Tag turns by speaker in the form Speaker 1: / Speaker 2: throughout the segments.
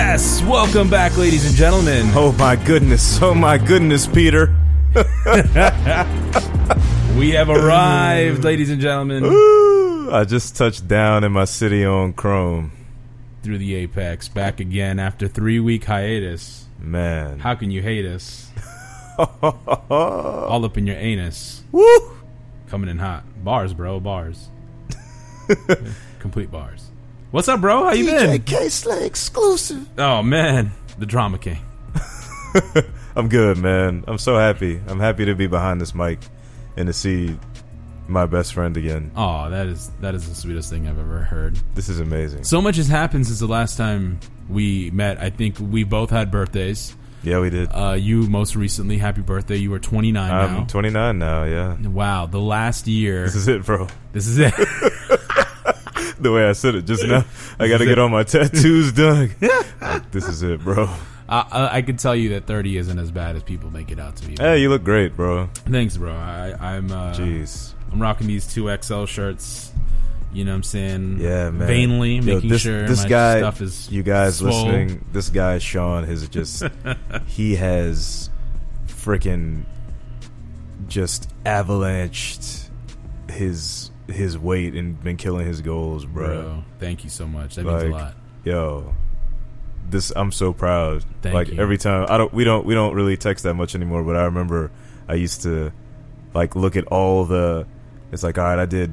Speaker 1: Welcome back, ladies and gentlemen.
Speaker 2: Oh my goodness. Oh my goodness, Peter.
Speaker 1: We have arrived, ladies and gentlemen,
Speaker 2: Woo! I just touched down in my city on Chrome.
Speaker 1: through the apex. Back again after three week hiatus.
Speaker 2: Man.
Speaker 1: How can you hate us? All up in your anus,
Speaker 2: Woo!
Speaker 1: coming in hot. Bars, bro, bars. Complete bars. What's up, bro? How you been?
Speaker 2: K-Slay exclusive.
Speaker 1: Oh man, the drama king.
Speaker 2: I'm good, man. I'm so happy. I'm happy to be behind this mic and to see my best friend again.
Speaker 1: Oh, that is that is the sweetest thing I've ever heard.
Speaker 2: This is amazing.
Speaker 1: So much has happened since the last time we met. I think we both had birthdays.
Speaker 2: Yeah, we did.
Speaker 1: Uh, you most recently, happy birthday. You were 29 now.
Speaker 2: I'm 29 now, yeah.
Speaker 1: wow, the last year.
Speaker 2: This is it, bro.
Speaker 1: This is it.
Speaker 2: The way I said it just now. I got to get all my tattoos done. Like, this is it, bro.
Speaker 1: I, Uh, I, I can tell you that 30 isn't as bad as people make it out to be.
Speaker 2: Hey, you look great, bro.
Speaker 1: Thanks, bro. I, I'm uh,
Speaker 2: Jeez.
Speaker 1: I'm rocking these two XL shirts. You know what I'm saying?
Speaker 2: Yeah, man.
Speaker 1: Vainly
Speaker 2: Yo,
Speaker 1: making
Speaker 2: this,
Speaker 1: sure
Speaker 2: this
Speaker 1: my
Speaker 2: guy,
Speaker 1: stuff is
Speaker 2: you guys
Speaker 1: swole.
Speaker 2: listening. This guy Sean has just he has freaking just avalanched his his weight and been killing his goals, bro.
Speaker 1: bro. Thank you so much. That
Speaker 2: Like,
Speaker 1: means a lot.
Speaker 2: Yo, this I'm so proud.
Speaker 1: Thank
Speaker 2: like
Speaker 1: you.
Speaker 2: every time I don't we don't we don't really text that much anymore, but I remember I used to like look at all the it's like all right, I did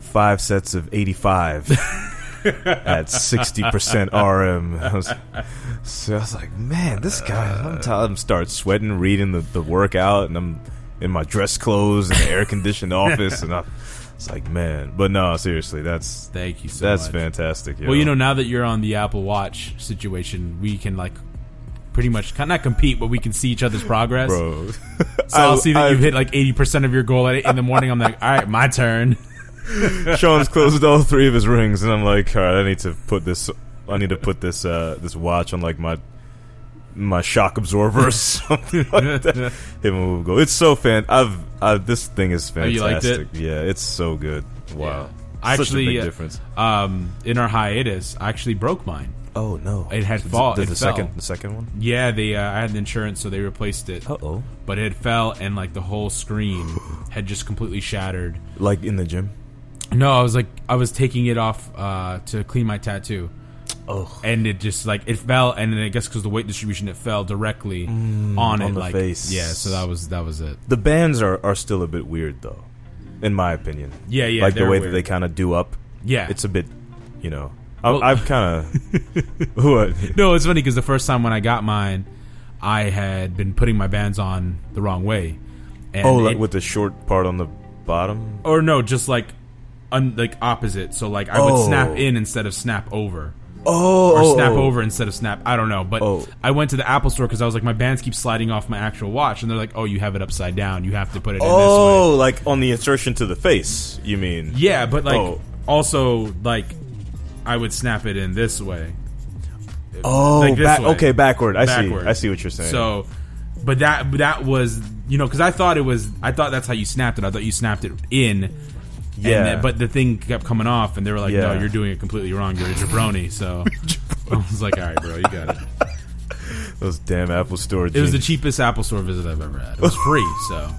Speaker 2: five sets of 85 at 60% RM. I was, so I was like, man, this guy
Speaker 1: Uh.
Speaker 2: I'm tired I'm start sweating reading the the workout and I'm in my dress clothes in the air conditioned office and I it's like, man, but no, seriously, that's
Speaker 1: Thank you so
Speaker 2: that's
Speaker 1: much.
Speaker 2: fantastic. yo.
Speaker 1: Well, you know, now that you're on the Apple Watch situation, we can like pretty much kind not compete, but we can see each other's progress.
Speaker 2: bro.
Speaker 1: So I'll see that you've hit like eighty percent of your goal at eight in the morning. I'm like, all right, my turn.
Speaker 2: Sean's closed all three of his rings, and I'm like, all right, I need to put this. I need to put this uh, this watch on like my my shock absorber or something like that. Him will go. It's so fan. I've I, this thing is
Speaker 1: Oh,
Speaker 2: fantastic.
Speaker 1: you liked it?
Speaker 2: Yeah, it's so good. Wow,
Speaker 1: I
Speaker 2: Such
Speaker 1: actually
Speaker 2: a big
Speaker 1: uh,
Speaker 2: difference.
Speaker 1: Um, in our hiatus, I actually broke mine.
Speaker 2: Oh no,
Speaker 1: it had fall-
Speaker 2: The,
Speaker 1: it
Speaker 2: the
Speaker 1: fell.
Speaker 2: second, the second one.
Speaker 1: Yeah, they uh, I had the insurance, so they replaced it.
Speaker 2: oh,
Speaker 1: But it fell, and like the whole screen had just completely shattered.
Speaker 2: like in the gym.
Speaker 1: No, I was like, I was taking it off uh, to clean my tattoo.
Speaker 2: Oh,
Speaker 1: and it just like it fell, and then I guess because the weight distribution, it fell directly on it,
Speaker 2: Mm, the
Speaker 1: like
Speaker 2: face.
Speaker 1: yeah. So that was that was it.
Speaker 2: the bands are are still a bit weird though, in my opinion.
Speaker 1: Yeah, yeah,
Speaker 2: like the
Speaker 1: they're
Speaker 2: way
Speaker 1: weird.
Speaker 2: that they kind of do up
Speaker 1: Yeah,
Speaker 2: it's a bit, you know. I,
Speaker 1: Well-
Speaker 2: I've kind of what?
Speaker 1: no, it's funny because the first time when I got mine, I had been putting my bands on the wrong way. And
Speaker 2: Oh, like
Speaker 1: it-
Speaker 2: with the short part on the bottom.
Speaker 1: or no, just like un, like opposite. So like I would
Speaker 2: Oh.
Speaker 1: snap in instead of snap over.
Speaker 2: Oh,
Speaker 1: or snap over instead of snap. I don't know, but
Speaker 2: Oh.
Speaker 1: I went to the Apple store because I was like, my bands keep sliding off my actual watch, and they're like, oh, you have it upside down. You have to put it in this way.
Speaker 2: Oh, like on the insertion to the face. You mean?
Speaker 1: Yeah, but like
Speaker 2: Oh.
Speaker 1: also like I would snap it in this way.
Speaker 2: Oh,
Speaker 1: like this
Speaker 2: back-
Speaker 1: way.
Speaker 2: okay, backward. I
Speaker 1: Backward.
Speaker 2: see. I see what you're saying.
Speaker 1: So, but that that was you know because I thought it was I thought that's how you snapped it. I thought you snapped it in. and
Speaker 2: Yeah.
Speaker 1: then- but the thing kept coming off, and they were like, "No,
Speaker 2: Yeah.
Speaker 1: you're doing it completely wrong. You're a jabroni." So I was like, "All right, bro, you got it."
Speaker 2: those damn Apple Store.
Speaker 1: It was the cheapest Apple Store visit I've ever had. It was free, so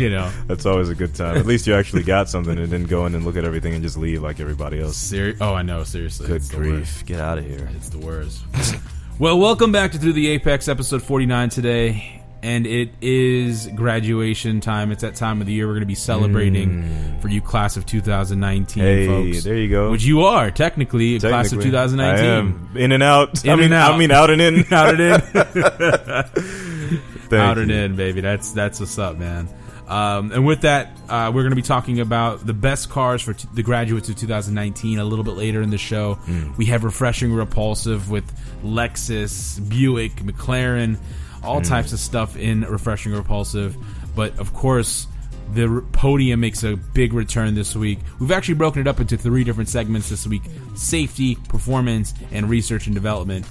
Speaker 1: you know,
Speaker 2: That's always a good time. At least you actually got something and didn't go in and look at everything and just leave like everybody else.
Speaker 1: seri- Oh, I know. Seriously,
Speaker 2: Good
Speaker 1: it's the worst.
Speaker 2: grief! Get out of here.
Speaker 1: It's the worst. well, welcome back to Through the Apex, episode 49 today. And it is graduation time. It's that time of the year we're going to be celebrating for you, class of 2019,
Speaker 2: Mm. Hey,
Speaker 1: folks.
Speaker 2: there you go.
Speaker 1: Which you are, technically, a class of
Speaker 2: Technically,
Speaker 1: 2019.
Speaker 2: I am in and out.
Speaker 1: In
Speaker 2: I mean,
Speaker 1: and out.
Speaker 2: I mean, out and in.
Speaker 1: Out and in.
Speaker 2: Thank
Speaker 1: Out and
Speaker 2: you.
Speaker 1: in, baby. That's, that's what's up, man. Um, and with that, uh, we're going to be talking about the best cars for t- the graduates of 2019 a little bit later in the show.
Speaker 2: Mm.
Speaker 1: We have Refreshing Repulsive with Lexus, Buick, McLaren, all
Speaker 2: Mm.
Speaker 1: types of stuff in Refreshing Repulsive. But of course, the r- podium makes a big return this week. We've actually broken it up into three different segments this week safety, performance, and research and development.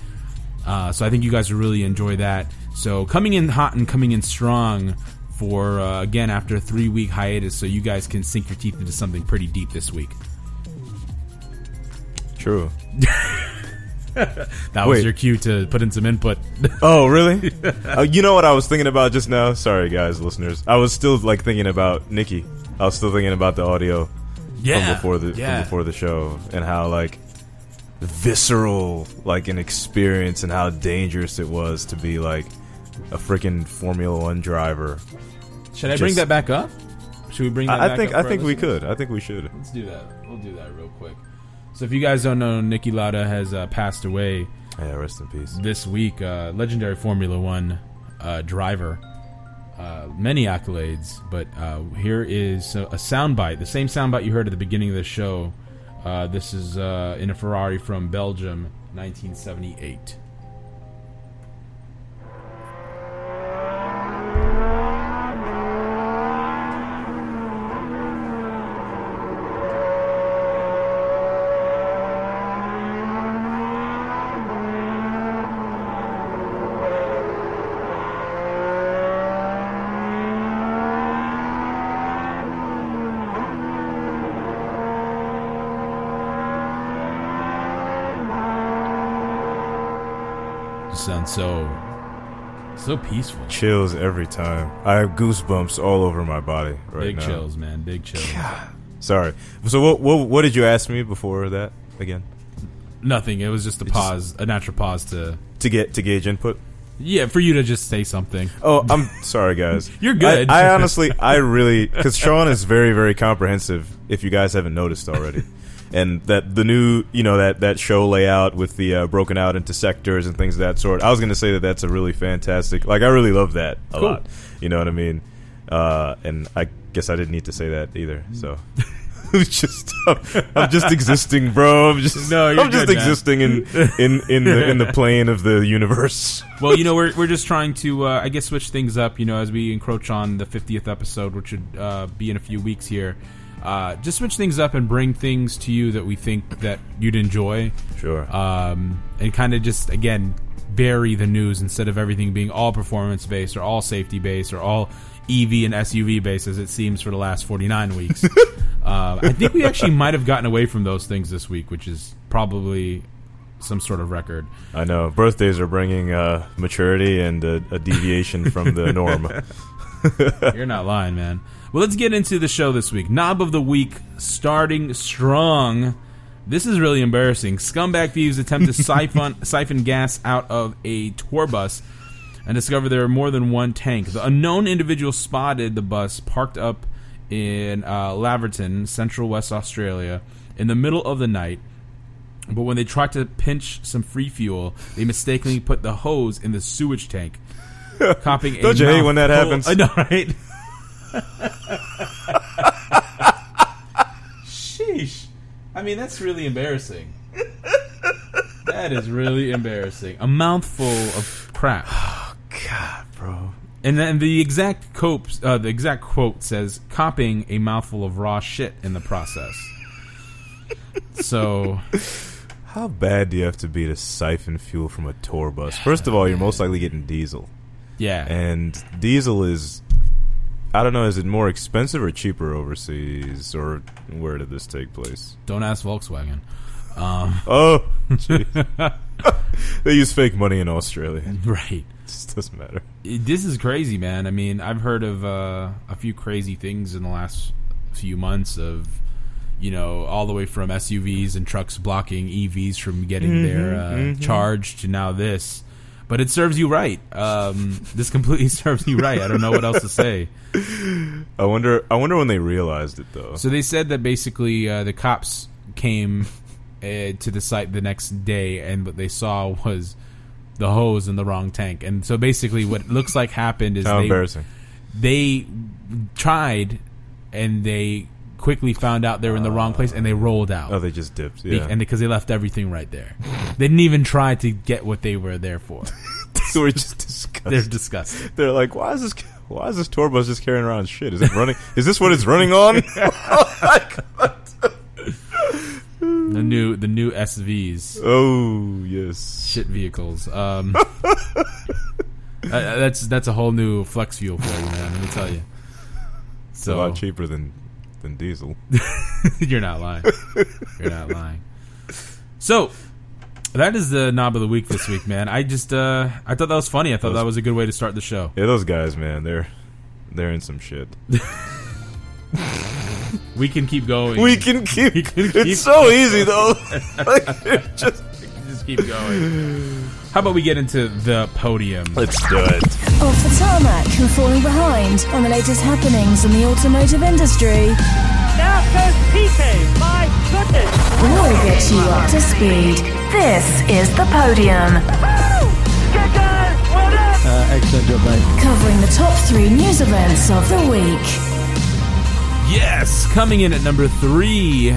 Speaker 1: Uh, so I think you guys will really enjoy that. So coming in hot and coming in strong for uh, again after a three week hiatus, so you guys can sink your teeth into something pretty deep this week.
Speaker 2: True.
Speaker 1: That was
Speaker 2: Wait.
Speaker 1: your cue to put in some input.
Speaker 2: Oh, really? uh, you know what I was thinking about just now? Sorry, guys, listeners. I was still like thinking about Nikki. I was still thinking about the audio from before the
Speaker 1: yeah.
Speaker 2: from before the show and how like visceral like an experience and how dangerous it was to be like a freaking Formula One driver.
Speaker 1: Should I bring
Speaker 2: Just-
Speaker 1: that back up? Should we bring that?
Speaker 2: I, I
Speaker 1: back
Speaker 2: think
Speaker 1: up
Speaker 2: I
Speaker 1: for
Speaker 2: think
Speaker 1: our
Speaker 2: we
Speaker 1: listeners?
Speaker 2: could. I think we should.
Speaker 1: Let's do that. We'll do that real quick. So, if you guys don't know, Nicky Lauda has uh, passed away
Speaker 2: Yeah, rest in peace.
Speaker 1: this week. Uh, legendary Formula One uh, driver, uh, many accolades. But uh, here is a, a soundbite, the same soundbite you heard at the beginning of the show. Uh, this is uh, in a Ferrari from Belgium, 1978. Just sounds so so peaceful.
Speaker 2: Chills every time. I have goosebumps all over my body right
Speaker 1: Big
Speaker 2: now.
Speaker 1: chills, man. Big chills.
Speaker 2: Sorry. So what, what what did you ask me before that again?
Speaker 1: Nothing. It was just a
Speaker 2: just-
Speaker 1: pause, a natural pause to
Speaker 2: To get to gauge input.
Speaker 1: yeah, for you to just say something.
Speaker 2: Oh, I'm sorry, guys.
Speaker 1: You're good.
Speaker 2: I, I honestly, I really, because Sean is very, very comprehensive. If you guys haven't noticed already, and that the new, you know, that that show layout with the uh, broken out into sectors and things of that sort. I was going to say that that's a really fantastic. Like, I really love that a
Speaker 1: Cool.
Speaker 2: lot. You know what I mean? Uh, and I guess I didn't need to say that either. So.
Speaker 1: Mm.
Speaker 2: It's just I'm just existing, bro. I'm just
Speaker 1: No, you're
Speaker 2: I'm just
Speaker 1: good, man.
Speaker 2: existing in in in the in the plane of the universe.
Speaker 1: well, you know, we're, we're just trying to, uh, I guess, switch things up, you know, as we encroach on the 50th episode, which should uh, be in a few weeks here. Uh, just switch things up and bring things to you that we think that you'd enjoy,
Speaker 2: Sure.
Speaker 1: um, and kind of just again vary the news instead of everything being all performance based or all safety based or all EV and SUV based as it seems for the last 49 weeks. uh, I think we actually might have gotten away from those things this week, which is probably some sort of record.
Speaker 2: I know. Birthdays are bringing uh, maturity and a, a deviation from the norm.
Speaker 1: You're not lying, man. Well, let's get into the show this week. Knob of the week, starting strong. This is really embarrassing. Scumbag thieves attempt to siphon siphon gas out of a tour bus and discover there are more than one tank. The unknown individual spotted the bus parked up in uh, Laverton, Central West Australia, in the middle of the night. But when they tried to pinch some free fuel, they mistakenly put the hose in the sewage tank. Copying
Speaker 2: Don't you hate when that happens?
Speaker 1: I know, right? Sheesh. I mean, that's really embarrassing. That is really embarrassing. A mouthful of crap.
Speaker 2: God, bro.
Speaker 1: And then the exact copes, uh, the exact quote says, "Copying a mouthful of raw shit in the process." so
Speaker 2: How bad do you have to be to siphon fuel from a tour bus? First of all, you're most likely getting diesel.
Speaker 1: yeah,
Speaker 2: And diesel is. I don't know, is it more expensive or cheaper overseas? Or where did this take place?
Speaker 1: don't ask Volkswagen. Um,
Speaker 2: Oh! jeez. they use fake money in Australia. It
Speaker 1: Right.
Speaker 2: just doesn't matter.
Speaker 1: It- this is crazy, man. I mean, I've heard of uh, a few crazy things in the last few months of, you know, all the way from SUVs and trucks blocking EVs from getting their uh, charge to now this. But it serves you right. Um, this completely serves you right. I don't know what else to say.
Speaker 2: I wonder, I wonder when they realized it, though.
Speaker 1: So they said that basically uh, the cops came uh, to the site the next day, and what they saw was the hose in the wrong tank. And so basically, what it looks like happened is
Speaker 2: How
Speaker 1: they,
Speaker 2: embarrassing.
Speaker 1: they tried, and they quickly found out they were in the wrong place, and they rolled out.
Speaker 2: Oh, they just dipped.
Speaker 1: Be-
Speaker 2: Yeah.
Speaker 1: And because they left everything right there, they didn't even try to get what they were there for.
Speaker 2: so we're just disgusted.
Speaker 1: They're disgusting.
Speaker 2: They're like, why is this? Why is this tour bus just carrying around shit? Is it running? is this what it's running on?
Speaker 1: The new the new SVs.
Speaker 2: oh yes.
Speaker 1: shit vehicles. Um, uh, that's that's a whole new flex fuel for you, man. Let me tell you.
Speaker 2: It's a
Speaker 1: So
Speaker 2: lot cheaper than than diesel.
Speaker 1: you're not lying. You're not lying. So That is the knob of the week this week, man. I just uh, I thought that was funny. I thought
Speaker 2: was-
Speaker 1: that was a good way to start the show.
Speaker 2: Yeah, those guys, man, they're they're in some shit.
Speaker 1: We can keep going.
Speaker 2: We can keep.
Speaker 1: can
Speaker 2: it's
Speaker 1: keep-
Speaker 2: so easy though. like, it just
Speaker 1: just keep going. How about we get into the podium?
Speaker 2: let's do it.
Speaker 3: Off the tarmac and falling behind on the latest happenings in the automotive industry,
Speaker 4: Now goes Piquet. My goodness.
Speaker 3: we'll get you up to speed. This is the podium,
Speaker 4: Kickers, what up?
Speaker 5: excellent job, mate.
Speaker 3: covering the top three news events of the week.
Speaker 1: Yes, coming in at number three,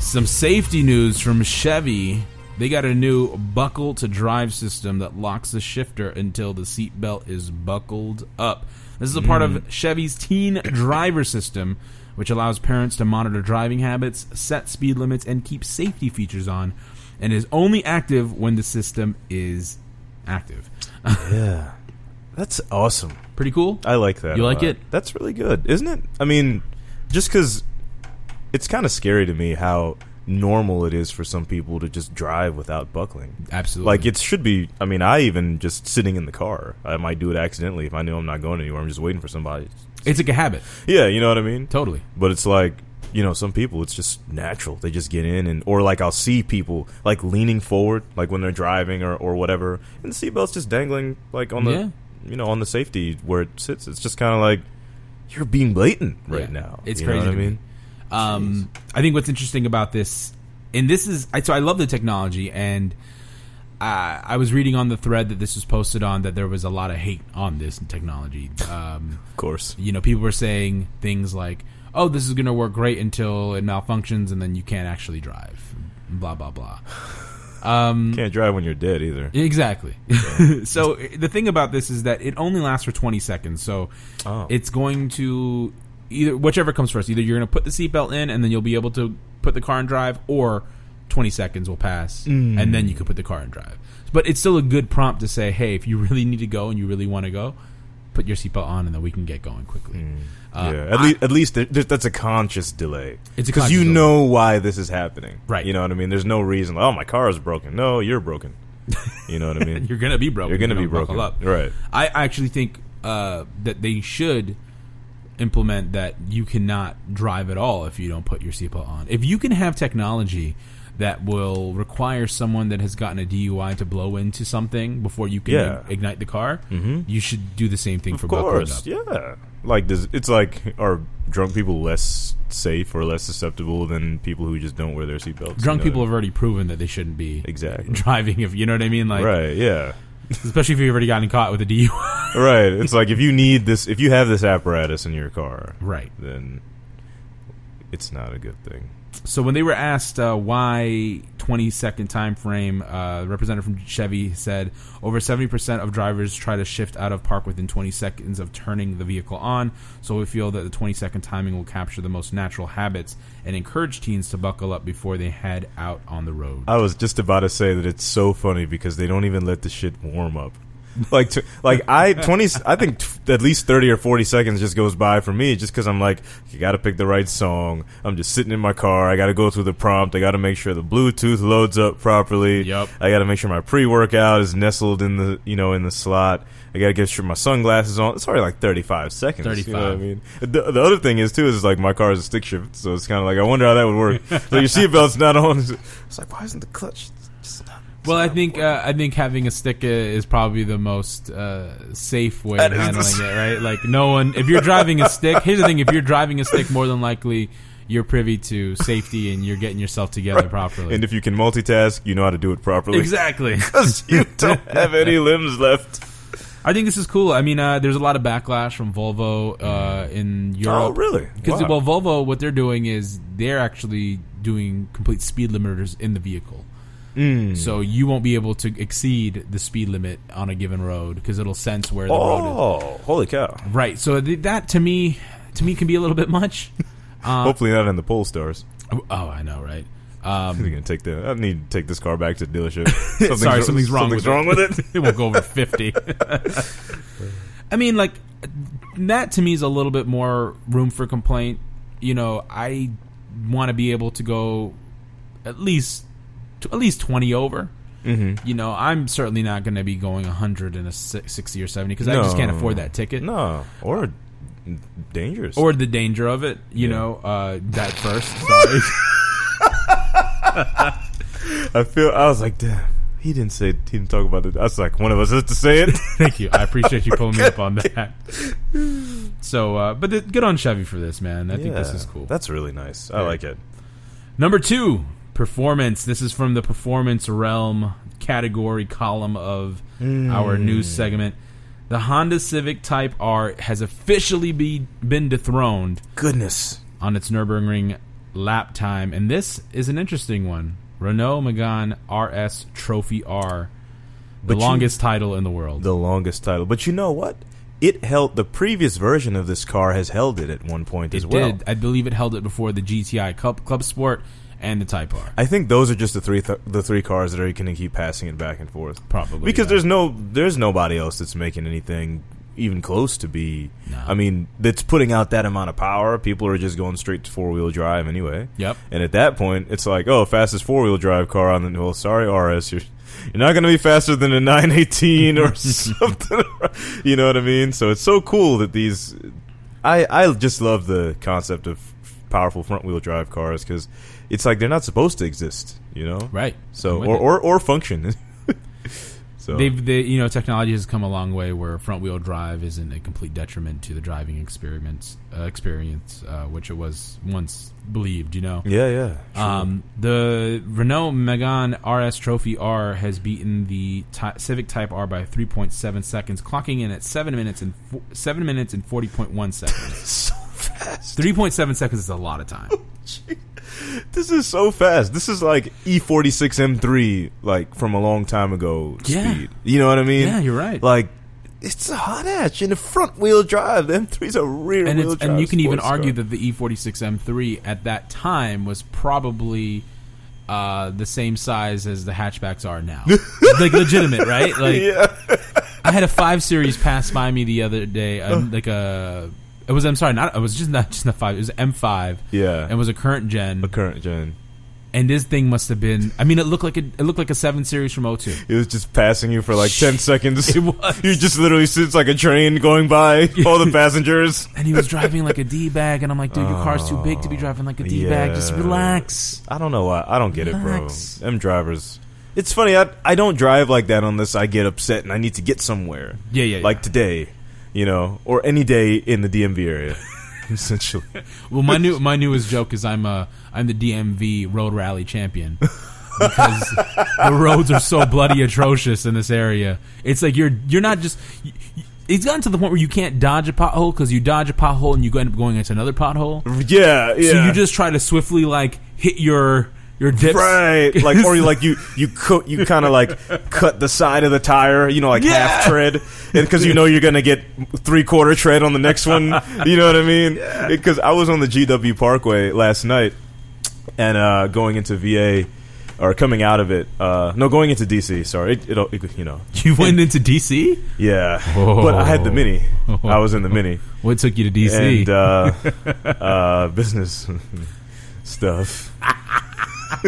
Speaker 1: some safety news from Chevy. They got a new buckle to drive system that locks the shifter until the seatbelt is buckled up. This is a part
Speaker 2: Mm.
Speaker 1: of Chevy's teen driver system, which allows parents to monitor driving habits, set speed limits, and keep safety features on, and is only active when the system is active.
Speaker 2: Yeah, that's awesome.
Speaker 1: Pretty cool.
Speaker 2: I like that.
Speaker 1: You
Speaker 2: a
Speaker 1: like
Speaker 2: lot.
Speaker 1: it?
Speaker 2: That's really good, isn't it? I mean, just because it's kind of scary to me how normal it is for some people to just drive without buckling.
Speaker 1: Absolutely.
Speaker 2: Like it should be. I mean, I even just sitting in the car, I might do it accidentally if I know I'm not going anywhere. I'm just waiting for somebody.
Speaker 1: it's like a habit.
Speaker 2: Yeah, you know what I mean.
Speaker 1: Totally.
Speaker 2: But it's like you know, some people it's just natural. They just get in and or like I'll see people like leaning forward, like when they're driving or, or whatever, and the seatbelt's just dangling like on the
Speaker 1: Yeah.
Speaker 2: you know, on the safety where it sits. It's just kinda like you're being blatant right
Speaker 1: Yeah.
Speaker 2: now.
Speaker 1: It's
Speaker 2: You know
Speaker 1: crazy
Speaker 2: what
Speaker 1: to
Speaker 2: I
Speaker 1: me.
Speaker 2: mean?
Speaker 1: Um, I think what's interesting about this, and this is I, so I love the technology, and uh, I was reading on the thread that this was posted on that there was a lot of hate on this technology. Um,
Speaker 2: Of course.
Speaker 1: you know, people were saying things like, "Oh, this is going to work great until it malfunctions, and then you can't actually drive." Blah blah blah. Mm.
Speaker 2: You can't drive when you're dead either.
Speaker 1: Exactly. so the thing about this is that it only lasts for 20 seconds. So
Speaker 2: Oh.
Speaker 1: it's going to either whichever comes first. Either you're going to put the seatbelt in and then you'll be able to put the car in drive, or 20 seconds will pass and then you can put the car in drive. But it's still a good prompt to say, hey, if you really need to go and you really want to go, put your seatbelt on and then we can get going quickly. Uh,
Speaker 2: yeah, at, lea- at least there, there, that's a conscious delay.
Speaker 1: It's a
Speaker 2: because
Speaker 1: conscious
Speaker 2: you
Speaker 1: delay.
Speaker 2: know why this is happening,
Speaker 1: Right.
Speaker 2: You know what I mean. There's no reason. Oh, my car is broken. No, you're broken. You know what I mean.
Speaker 1: You're gonna be broken.
Speaker 2: You're gonna
Speaker 1: if you
Speaker 2: be
Speaker 1: don't buckle
Speaker 2: broken. Right.
Speaker 1: I actually think uh, that they should implement that you cannot drive at all if you don't put your seatbelt on. If you can have technology that will require someone that has gotten a DUI to blow into something before you can
Speaker 2: Yeah. Mm-hmm.
Speaker 1: ignite the car, you should do the same thing for
Speaker 2: Of
Speaker 1: buckling
Speaker 2: course,
Speaker 1: up.
Speaker 2: yeah. Like, does it's like are drunk people less safe or less susceptible than people who just don't wear their seatbelts?
Speaker 1: Drunk
Speaker 2: You know?
Speaker 1: people have already proven that they shouldn't be
Speaker 2: exactly.
Speaker 1: driving if you know what I mean. Like,
Speaker 2: right? Yeah.
Speaker 1: especially if you've already gotten caught with a DUI.
Speaker 2: Right. It's like if you need this, if you have this apparatus in your car,
Speaker 1: right.
Speaker 2: then it's not a good thing.
Speaker 1: So when they were asked uh, why 20 second time frame, uh, the representative from Chevy said over 70% of drivers try to shift out of park within 20 seconds of turning the vehicle on. So we feel that the 20 second timing will capture the most natural habits and encourage teens to buckle up before they head out on the road.
Speaker 2: I was just about to say that it's so funny because they don't even let the shit warm up. Like, t- like I twenty, I think t- at least thirty or forty seconds just goes by for me just because I'm like, you got to pick the right song. I'm just sitting in my car. I got to go through the prompt. I got to make sure the Bluetooth loads up properly.
Speaker 1: Yep.
Speaker 2: I got to make sure my pre workout is nestled in the you know in the slot. I got to get sure my sunglasses on. It's already like thirty five seconds. You know what I
Speaker 1: 35.
Speaker 2: mean? The, the other thing is too is like my car is a stick shift, so it's kind of like I wonder how that would work. so your seatbelt's not on. It's like why isn't the clutch? Just not,
Speaker 1: well, I think uh, I think having a stick uh, is probably the most uh, safe way
Speaker 2: That
Speaker 1: of
Speaker 2: is the
Speaker 1: handling
Speaker 2: s-
Speaker 1: it, right? Like no one if you're driving a stick, here's the thing, if you're driving a stick more than likely you're privy to safety and you're getting yourself together properly.
Speaker 2: and if you can multitask, you know how to do it properly.
Speaker 1: Exactly.
Speaker 2: 'Cause you don't have any limbs left.
Speaker 1: I think this is cool. I mean, uh, there's a lot of backlash from Volvo uh, in Europe.
Speaker 2: Oh, really?
Speaker 1: Because
Speaker 2: Wow.
Speaker 1: well, Volvo, what they're doing is they're actually doing complete speed limiters in the vehicle.
Speaker 2: Hmm.
Speaker 1: So you won't be able to exceed the speed limit on a given road because it'll sense where the road
Speaker 2: Oh, holy cow!
Speaker 1: is. Right. So th- that to me, to me can be a little bit much.
Speaker 2: Hopefully not in the pole stars.
Speaker 1: Oh, I know, right?
Speaker 2: They're gonna take the. I need to take this car back to the dealership. Something's
Speaker 1: Sorry,
Speaker 2: wr-
Speaker 1: something's wrong
Speaker 2: Something's
Speaker 1: with it.
Speaker 2: wrong with it.
Speaker 1: it won't go over 50 i mean like that to me is a little bit more room for complaint you know i want to be able to go at least t- at least 20 over. Mm-hmm. You know, I'm certainly not going to be going 100 and a si- 60 or 70 because I just can't
Speaker 2: No.
Speaker 1: afford that ticket.
Speaker 2: No, or dangerous.
Speaker 1: Or the danger of it, you know, uh, that first. Sorry.
Speaker 2: I feel. I was like, damn. He didn't say. He didn't talk about it. I was like, one of us has to say it.
Speaker 1: Thank you. I appreciate you pulling me up on that. So, uh, but th- good on Chevy for this, man. I think this
Speaker 2: Yeah,
Speaker 1: is cool.
Speaker 2: That's really nice. I like it.
Speaker 1: Number two, performance. This is from the performance realm category column of our
Speaker 2: Hmm.
Speaker 1: news segment. The Honda Civic Type R has officially be, been dethroned
Speaker 2: Goodness.
Speaker 1: on its Nürburgring lap time, and this is an interesting one. Renault Megane RS Trophy R, the
Speaker 2: But you-
Speaker 1: longest title in the world.
Speaker 2: The longest title, but you know what? It held the previous version of this car has held it at one point as
Speaker 1: it
Speaker 2: well.
Speaker 1: did. I believe it held it before the GTI Club, Club Sport and the Type R.
Speaker 2: I think those are just the three th- the three cars that are going to keep passing it back and forth.
Speaker 1: Probably,
Speaker 2: because
Speaker 1: yeah.
Speaker 2: there's no there's nobody else that's making anything even close to be. I mean, that's putting out that amount of power. People are just going straight to four wheel drive anyway.
Speaker 1: Yep.
Speaker 2: And at that point, it's like, oh, fastest four wheel drive car on the well, sorry RS, you're you're not going to be faster than a 918 or something. you know what I mean? So it's so cool that these I, I just love the concept of powerful front wheel drive cars because it's like they're not supposed to exist, you know?
Speaker 1: Right. I'm
Speaker 2: So
Speaker 1: with
Speaker 2: or,
Speaker 1: it.
Speaker 2: or or function. so
Speaker 1: They've, they, you know, technology has come a long way where front wheel drive isn't a complete detriment to the driving experiments uh, experience, uh, which it was once believed. You know,
Speaker 2: yeah, yeah, sure.
Speaker 1: um, the Renault Megane RS Trophy R has beaten the Ty- Civic Type R by 3.7 seconds, clocking in at seven minutes and fo- seven minutes and 40.1 seconds.
Speaker 2: so fast.
Speaker 1: 3.7 seconds is a lot of time.
Speaker 2: This is so fast. This is like E E46 M3 like from a long time ago
Speaker 1: Yeah.
Speaker 2: speed. You know what I mean?
Speaker 1: Yeah, you're right.
Speaker 2: Like it's a hot hatch and a front wheel drive. The M3's a rear
Speaker 1: and
Speaker 2: wheel
Speaker 1: it's,
Speaker 2: drive.
Speaker 1: and you can even
Speaker 2: sports car.
Speaker 1: argue that the E E46 M3 at that time was probably uh, the same size as the hatchbacks are now, like legitimate, right? Like
Speaker 2: Yeah.
Speaker 1: I had a five series pass by me the other day, uh, like a. It was I'm sorry, not it was just not just a five. It was M five.
Speaker 2: Yeah.
Speaker 1: it was a current gen,
Speaker 2: The current gen.
Speaker 1: and this thing must have been. I mean, it looked like a, it looked like a seven series from O2.
Speaker 2: It was just passing you for like ten seconds.
Speaker 1: It was.
Speaker 2: You just literally sits like a train going by all the passengers.
Speaker 1: And he was driving like a D bag, and I'm like, dude, your car's too big to be driving like a D bag. Just
Speaker 2: Yeah.
Speaker 1: relax.
Speaker 2: I don't know why. I don't get
Speaker 1: Relax.
Speaker 2: it, bro. Them drivers. It's funny. I I don't drive like that unless I get upset and I need to get somewhere.
Speaker 1: Yeah, yeah,
Speaker 2: Like
Speaker 1: yeah.
Speaker 2: today, you know, or any day in the DMV area, essentially.
Speaker 1: Well, my new my newest joke is I'm uh I'm the DMV road rally champion because the roads are so bloody atrocious in this area. It's like you're you're not just. y- y- It's gotten to the point where you can't dodge a pothole because you dodge a pothole and you go- end up going into another pothole.
Speaker 2: Yeah, yeah.
Speaker 1: So you just try to swiftly like hit your your dips.
Speaker 2: Right, like or you like you you co- you kind of like cut the side of the tire, you know, like
Speaker 1: Yeah.
Speaker 2: half tread, because you know you're gonna get three quarter tread on the next one. You know what I mean? Because I was on the GW Parkway last night and uh, going into VA or coming out of it. Uh, no, going into DC. Sorry, it, it'll it, you know,
Speaker 1: You went into DC.
Speaker 2: yeah. But I had the mini. I was in the mini
Speaker 1: What took you to DC?
Speaker 2: and uh, uh, business stuff.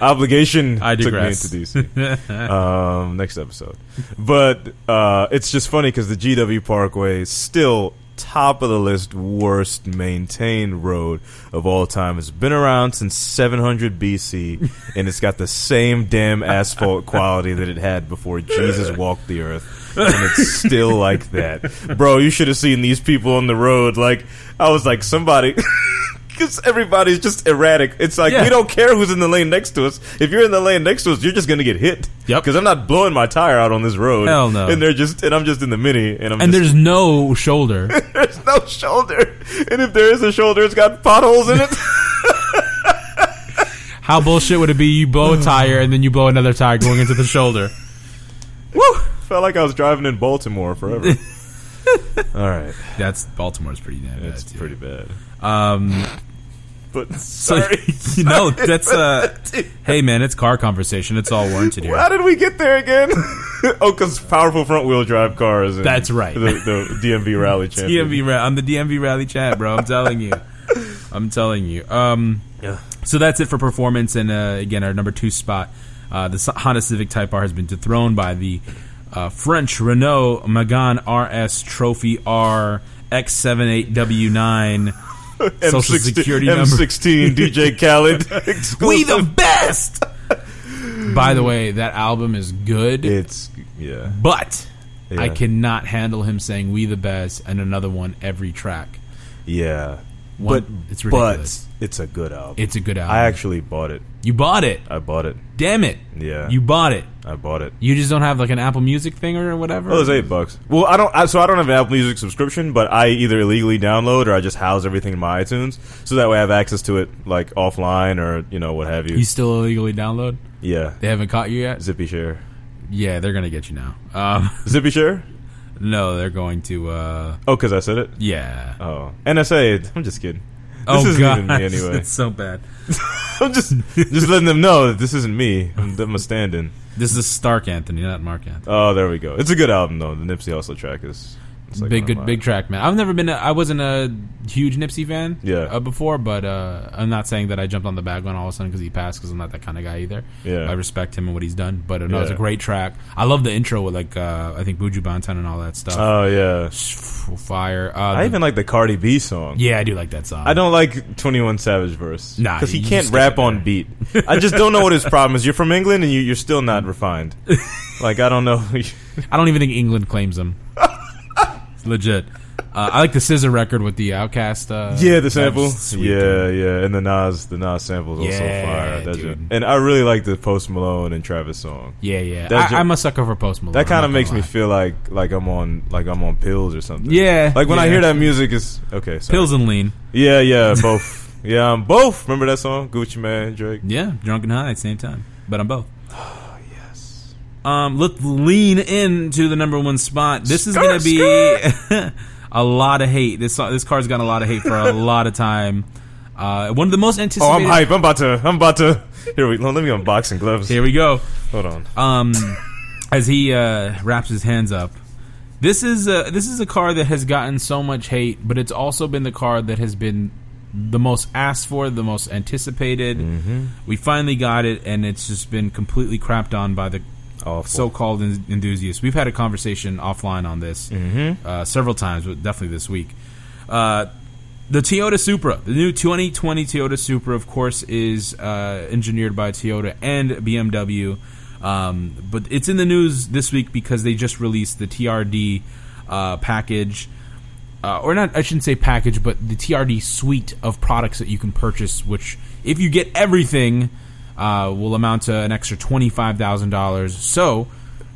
Speaker 2: Obligation
Speaker 1: I
Speaker 2: took me into
Speaker 1: digress.
Speaker 2: DC. um, next episode, but uh, it's just funny because the GW Parkway is still top of the list worst maintained road of all time. It's been around since 700 BC, and it's got the same damn asphalt quality that it had before Jesus walked the earth and it's still like that. Bro, you should have seen these people on the road. Like, I was like, somebody. Because everybody's just erratic. It's like,
Speaker 1: Yeah.
Speaker 2: we don't care who's in the lane next to us. If you're in the lane next to us, you're just going to get hit.
Speaker 1: Yep.
Speaker 2: Because I'm not blowing my tire out on this road.
Speaker 1: Hell no.
Speaker 2: And they're just, and I'm just in the mini, and I'm
Speaker 1: and
Speaker 2: just,
Speaker 1: there's no shoulder.
Speaker 2: there's, no shoulder. And if there is a shoulder, it's got potholes in it.
Speaker 1: How bullshit would it be? You blow a tire and then you blow another tire going into the shoulder.
Speaker 2: Felt like I was driving in Baltimore forever. All right.
Speaker 1: That's Baltimore's pretty damn.
Speaker 2: That's
Speaker 1: bad, too.
Speaker 2: pretty bad.
Speaker 1: Um,
Speaker 2: But
Speaker 1: so
Speaker 2: sorry.
Speaker 1: you know that's uh, hey man, it's car conversation. It's all warranted here.
Speaker 2: How did we get there again? oh, because powerful front wheel drive cars. and
Speaker 1: That's right.
Speaker 2: The, the DMV rally champion.
Speaker 1: DMV, ra- I'm the DMV rally chat, bro. I'm telling you, I'm telling you. Um, So that's it for performance. And uh, again, our number two spot, uh, the S- Honda Civic Type R has been dethroned by the uh, French Renault Megane RS Trophy R X78W9 Social Security number.
Speaker 2: M16 DJ Khaled.
Speaker 1: We the best. By the way, that album is good,
Speaker 2: It's yeah.
Speaker 1: but I
Speaker 2: Yeah.
Speaker 1: cannot handle him saying "We the best" and another one every track.
Speaker 2: Yeah.
Speaker 1: One-
Speaker 2: but
Speaker 1: it's ridiculous.
Speaker 2: But it's a good album.
Speaker 1: It's a good album.
Speaker 2: I actually bought it.
Speaker 1: you bought it.
Speaker 2: I bought it.
Speaker 1: Damn it.
Speaker 2: Yeah.
Speaker 1: You bought it.
Speaker 2: I bought it.
Speaker 1: You just don't have like an Apple Music thing or whatever.
Speaker 2: Oh, it was eight bucks. Well, I don't. I, so I don't have an Apple Music subscription, but I either illegally download or I just house everything in my iTunes, so that way I have access to it like offline or you know what have you.
Speaker 1: You still illegally download?
Speaker 2: yeah,
Speaker 1: They haven't caught you yet.
Speaker 2: Zippy Share.
Speaker 1: Yeah, they're gonna get you now. Um,
Speaker 2: Zippy Share.
Speaker 1: no, they're going to. uh
Speaker 2: Oh, because I said it.
Speaker 1: Yeah.
Speaker 2: Oh, NSA. I'm just kidding. This
Speaker 1: oh
Speaker 2: isn't
Speaker 1: god,
Speaker 2: even me anyway.
Speaker 1: it's so bad.
Speaker 2: I'm just just letting them know that this isn't me. I'm, I'm a stand-in.
Speaker 1: This is Stark Anthony, not Mark Anthony.
Speaker 2: Oh, there we go. It's a good album though. The Nipsey Hussle track is it's like
Speaker 1: big
Speaker 2: one
Speaker 1: good
Speaker 2: of
Speaker 1: big
Speaker 2: my-
Speaker 1: track man i've never been a, i wasn't a huge nipsey fan
Speaker 2: Yeah.
Speaker 1: uh, before but uh, i'm not saying that i jumped on the bag on all of a sudden because he passed because i'm not that kind of guy either
Speaker 2: Yeah.
Speaker 1: i respect him and what he's done but uh, no it's a
Speaker 2: Yeah.
Speaker 1: great track i love the intro with like uh, i think buju bantan and all that stuff
Speaker 2: Oh yeah.
Speaker 1: F- fire uh,
Speaker 2: I
Speaker 1: the-
Speaker 2: even like the Cardi B song.
Speaker 1: yeah i do like that song
Speaker 2: I don't like 21 Savage verse.
Speaker 1: Nah,
Speaker 2: Because he
Speaker 1: you
Speaker 2: can't
Speaker 1: skip
Speaker 2: rap
Speaker 1: it
Speaker 2: on beat. I just don't know what his problem is. You're from England and you, you're still not refined. Like, I don't know.
Speaker 1: I don't even think england claims him It's legit uh, i like the scissor record with the outcast uh,
Speaker 2: yeah, the
Speaker 1: that's
Speaker 2: sample.
Speaker 1: sweet, dude.
Speaker 2: Yeah, yeah. And the Nas, the Nas sample is also
Speaker 1: Yeah,
Speaker 2: fire. That's
Speaker 1: dude.
Speaker 2: it. And I really like the Post Malone and Travis song.
Speaker 1: yeah yeah
Speaker 2: That's
Speaker 1: I,
Speaker 2: ju-
Speaker 1: i'm a sucker for post malone
Speaker 2: That kind
Speaker 1: I'm
Speaker 2: of
Speaker 1: not
Speaker 2: makes
Speaker 1: gonna
Speaker 2: me
Speaker 1: lie.
Speaker 2: feel like like I'm on like I'm on pills or something.
Speaker 1: Yeah,
Speaker 2: Like when I
Speaker 1: yeah.
Speaker 2: hear that music, it's okay. Sorry.
Speaker 1: pills and lean
Speaker 2: Yeah, yeah, both. yeah, I'm both. Remember that song, Gucci Man, Drake.
Speaker 1: Yeah, drunk and high at the same time. But I'm both. yes.
Speaker 2: Oh,
Speaker 1: Um, let's lean into the number one spot. This is going to be a lot of hate. This this card's gotten a lot of hate for a lot of time. Uh, one of the most
Speaker 2: Oh, I'm
Speaker 1: anticipated.
Speaker 2: hype. I'm about to. I'm about to. Here we. Let me get boxing gloves.
Speaker 1: Here we go.
Speaker 2: Hold on.
Speaker 1: Um, as he uh, wraps his hands up. This is a this is a car that has gotten so much hate, but it's also been the car that has been the most asked for, the most anticipated. We finally got it, and it's just been completely crapped on by the
Speaker 2: Awful.
Speaker 1: so-called en- enthusiasts. We've had a conversation offline on this uh, several times, but definitely this week. Uh, the Toyota Supra, the new 2020 Toyota Supra, of course, is uh, engineered by Toyota and BMW. Um, but it's in the news this week because they just released the TRD uh, package. Uh, or not, I shouldn't say package, but the TRD suite of products that you can purchase, which, if you get everything, uh, will amount to an extra $25,000. So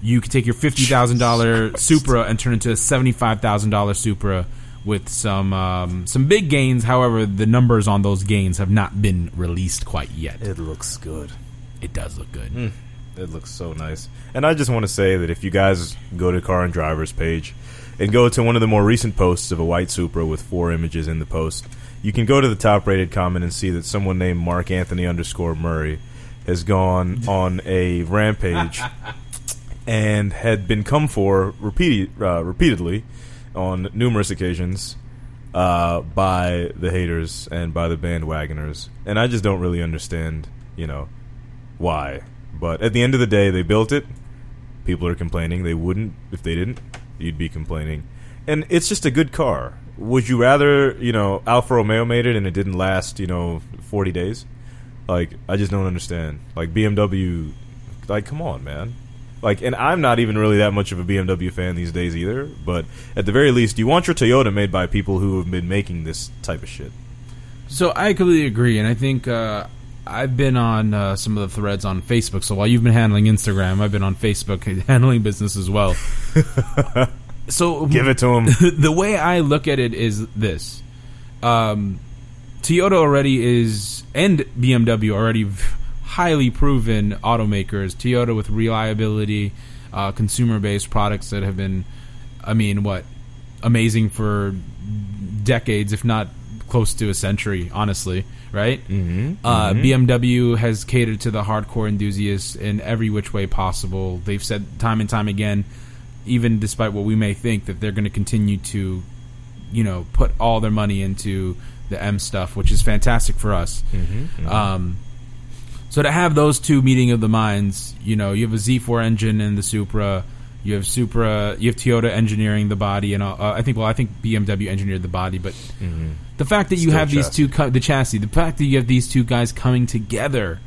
Speaker 1: you can take your $50,000 Supra and turn into a $75,000 Supra with some um, some big gains. However, the numbers on those gains have not been released quite yet.
Speaker 2: It looks good. Hmm.
Speaker 1: It does look good.
Speaker 2: It looks so nice. And I just want to say that if you guys go to Car and Driver's page and go to one of the more recent posts of a white Supra with four images in the post, you can go to the top rated comment and see that someone named Mark Anthony underscore Murray has gone on a rampage and had been come for repeated, uh, repeatedly on numerous occasions uh, by the haters and by the bandwagoners. And I just don't really understand, you know, why. But at the end of the day, they built it. People are complaining. They wouldn't if they didn't. You'd be complaining. And it's just a good car. Would you rather, you know, Alfa Romeo made it and it didn't last, you know, 40 days? Like, I just don't understand. Like, BMW, like, come on, man. Like, and I'm not even really that much of a BMW fan these days either, but at the very least, you want your Toyota made by people who have been making this type of shit.
Speaker 1: So I completely agree, and I think uh, I've been on uh, some of the threads on Facebook. So while you've been handling Instagram, I've been on Facebook handling business as well. so
Speaker 2: Give it to them.
Speaker 1: the way I look at it is this: um, Toyota already is, and BMW already v- highly proven automakers. Toyota with reliability, uh, consumer-based products that have been, I mean, what amazing for decades, if not close to a century, honestly, right? Mm-hmm. Uh, BMW has catered to the hardcore enthusiasts in every which way possible. They've said time and time again, even despite what we may think, that they're going to continue to, you know, put all their money into the M stuff, which is fantastic for us.
Speaker 2: Mm-hmm,
Speaker 1: Um, so to have those two meeting of the minds, you know, you have a Z4 engine in the Supra, you have Supra, you have Toyota engineering the body, and all, uh, I think well, I think BMW engineered the body, but the fact that you
Speaker 2: Mm-hmm. Still
Speaker 1: have these
Speaker 2: chassis.
Speaker 1: two co- the chassis, the fact that you have these two guys coming together,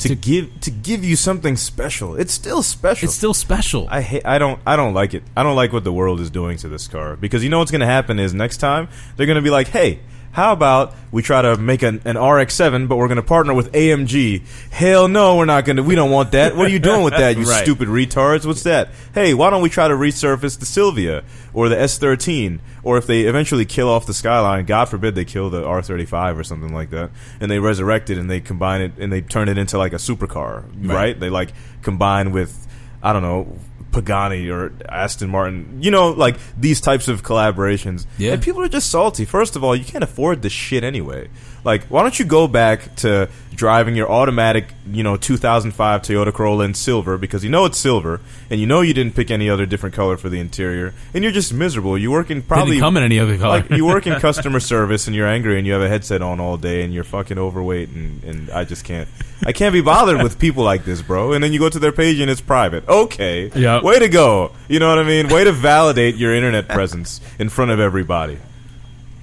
Speaker 2: to, give to give you something special. It's still special.
Speaker 1: it's still special.
Speaker 2: I hate, I don't I don't like it. I don't like what the world is doing to this car because you know what's going to happen is next time they're going to be like, "Hey, how about we try to make an, an RX-7, but we're going to partner with AMG?" Hell no, we're not going to. We don't want that. What are you doing with that? You
Speaker 1: Right.
Speaker 2: stupid retards. What's that? Hey, why don't we try to resurface the Sylvia or the S13 or if they eventually kill off the Skyline, God forbid they kill the R35 or something like that, and they resurrect it and they combine it and they turn it into like a supercar, right? They like combine with I don't know Pagani or Aston Martin, you know, like these types of collaborations.
Speaker 1: Yeah.
Speaker 2: And people are just salty. First of all, you can't afford this shit anyway. Like, why don't you go back to driving your automatic, you know, 2005 Toyota Corolla in silver because you know it's silver and you know you didn't pick any other different color for the interior and you're just miserable. You work in probably
Speaker 1: Didn't come in any other color.
Speaker 2: like you work in customer service and you're angry and you have a headset on all day and you're fucking overweight and, and I just can't I can't be bothered with people like this, bro. And then you go to their page and it's private. Okay.
Speaker 1: Yep.
Speaker 2: Way to go. You know what I mean? Way to validate your internet presence in front of everybody.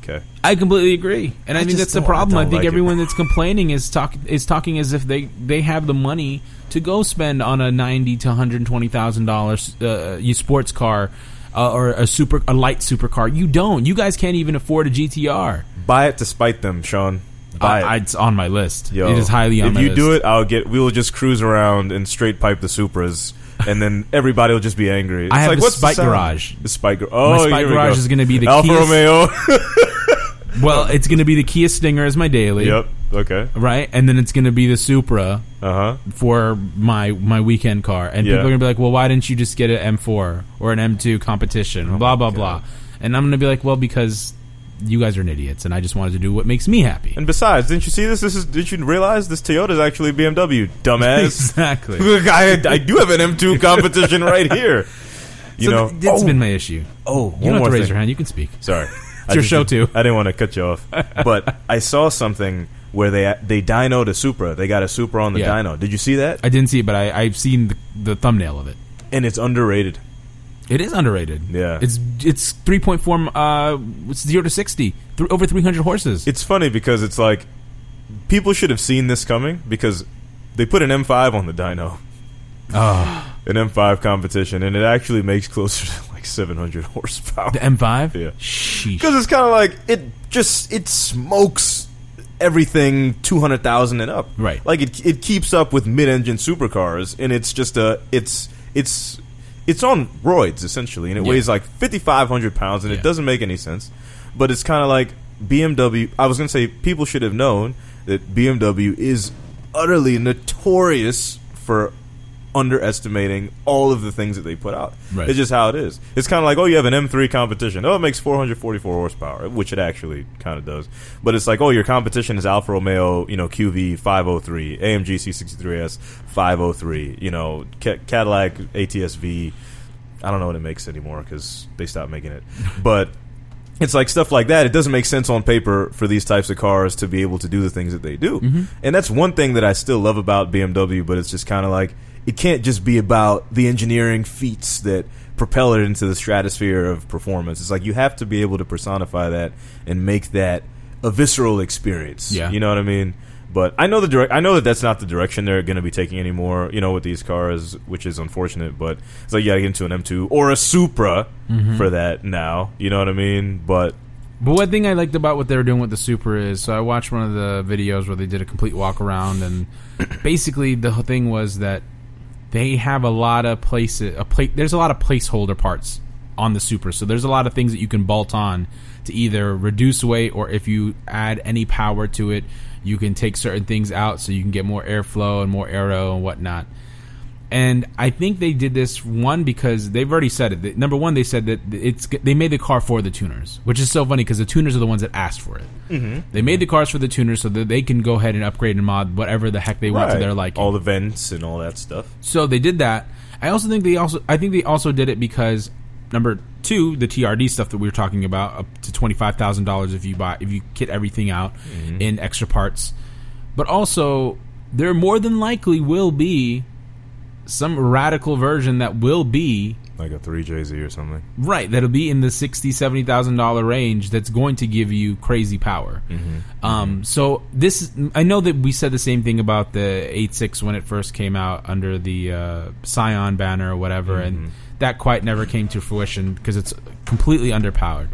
Speaker 2: Okay.
Speaker 1: I completely agree, and I,
Speaker 2: I
Speaker 1: think
Speaker 2: just
Speaker 1: that's the
Speaker 2: don't- I
Speaker 1: problem. I,
Speaker 2: don't
Speaker 1: think
Speaker 2: like it.
Speaker 1: everyone that's complaining is talk is talking as if they they have the money to go spend on a ninety to one hundred twenty thousand uh, dollars sports car uh, or a super a light supercar. You don't. You guys can't even afford a GTR.
Speaker 2: Buy it to spite them, Sean.
Speaker 1: I,
Speaker 2: Buy
Speaker 1: I-
Speaker 2: it.
Speaker 1: Uh, it's on my list.
Speaker 2: Yo,
Speaker 1: it is highly on
Speaker 2: If
Speaker 1: my
Speaker 2: you
Speaker 1: list.
Speaker 2: do it, I'll get we will just cruise around and straight pipe the Supras. And then everybody will just be angry. It's
Speaker 1: I have
Speaker 2: like,
Speaker 1: the
Speaker 2: what's
Speaker 1: Spike
Speaker 2: sound?
Speaker 1: garage.
Speaker 2: The spike. gar- Oh,
Speaker 1: Spike
Speaker 2: here we
Speaker 1: garage
Speaker 2: go.
Speaker 1: is gonna be the
Speaker 2: Alfa
Speaker 1: Kia-
Speaker 2: Romeo.
Speaker 1: well, it's going to be the Kia Stinger as my daily,
Speaker 2: uh, Yep. Okay.
Speaker 1: right? And then it's going to be the Supra
Speaker 2: Uh huh.
Speaker 1: for my my weekend car, and
Speaker 2: Yeah.
Speaker 1: people are gonna be like, "Well, why didn't you just get an M4 or an M2 competition?"
Speaker 2: Oh
Speaker 1: blah blah blah. And I'm gonna be like, "Well, because you guys are an idiots, and I just wanted to do what makes me happy."
Speaker 2: And besides, didn't you see this? This is. Did you realize this Toyota is actually BMW, dumbass?
Speaker 1: exactly.
Speaker 2: Look, I, I do have an M2 competition right here. You
Speaker 1: so
Speaker 2: know.
Speaker 1: th- that's
Speaker 2: oh,
Speaker 1: been my issue. You
Speaker 2: oh, one
Speaker 1: don't
Speaker 2: more
Speaker 1: have to raise
Speaker 2: thing.
Speaker 1: your hand. You can speak.
Speaker 2: Sorry, it's
Speaker 1: your show, too.
Speaker 2: I didn't want to cut you off, but I saw something where they they dynoed a Supra. They got a Supra on the
Speaker 1: Yeah.
Speaker 2: dyno. Did you see that?
Speaker 1: I didn't see it, but I, I've seen the, the thumbnail of it.
Speaker 2: And it's underrated.
Speaker 1: It is underrated.
Speaker 2: Yeah.
Speaker 1: it's it's 3.4, uh, it's zero to sixty, th- over 300 horses.
Speaker 2: It's funny because it's like people should have seen this coming because they put an M5 on the dyno. An M5 competition, and it actually makes closer to like 700 horsepower.
Speaker 1: the M5.
Speaker 2: Yeah.
Speaker 1: Sheesh.
Speaker 2: Because it's kind of like it just it smokes everything two hundred thousand and up.
Speaker 1: Right.
Speaker 2: Like it it keeps up with mid-engine supercars, and it's just a it's it's it's on roids essentially, and it
Speaker 1: Yeah.
Speaker 2: weighs like fifty five hundred pounds, and
Speaker 1: Yeah.
Speaker 2: it doesn't make any sense. But it's kind of like BMW. I was gonna say people should have known that BMW is utterly notorious for underestimating all of the things that they put out.
Speaker 1: Right.
Speaker 2: It's just how it is. It's kind of like, oh, you have an M3 competition. Oh, it makes 444 horsepower, which it actually kind of does. But it's like, oh, your competition is Alfa Romeo, you know, QV 503, AMG C63S 503, you know, Ca- Cadillac ATS-V. I don't know what it makes anymore because they stopped making it. But it's like stuff like that. It doesn't make sense on paper for these types of cars to be able to do the things that they do. And that's one thing that I still love about BMW, but it's just kind of like it can't just be about the engineering feats that propel it into the stratosphere of performance. It's like you have to be able to personify that and make that a visceral experience.
Speaker 1: Yeah.
Speaker 2: You know what I mean? But I know the direct. I know that that's not the direction they're going to be taking anymore. You know, with these cars, which is unfortunate. But it's like you got to get into an M2 or a Supra
Speaker 1: Mm-hmm.
Speaker 2: for that now. You know what I mean? But
Speaker 1: But one thing I liked about what they were doing with the Super is, so I watched one of the videos where they did a complete walk around, and basically the whole thing was that they have a lot of places, a pla- there's a lot of placeholder parts on the Super, so there's a lot of things that you can bolt on to either reduce weight or if you add any power to it, you can take certain things out so you can get more airflow and more aero and whatnot. And I think they did this one because they've already said it. That- Number one, they said that it's they made the car for the tuners, which is so funny because the tuners are the ones that asked for it. Mm-hmm. They made the cars for the tuners so that they can go ahead and upgrade and mod whatever the heck they want to
Speaker 2: Right.
Speaker 1: their liking.
Speaker 2: all the vents and all that stuff.
Speaker 1: so they did that. I also think they also I think they also did it because number two, the TRD stuff that we were talking about, up to twenty five thousand dollars if you buy if you kit everything out in extra parts. But also, there more than likely will be some radical version that will be
Speaker 2: Like a three JZ or something.
Speaker 1: Right, that'll be in the sixty, seventy thousand dollar range. That's going to give you crazy power. Um, so this, I know that we said the same thing about the eight six when it first came out under the uh, Scion banner or whatever, and that quite never came to fruition because it's completely underpowered.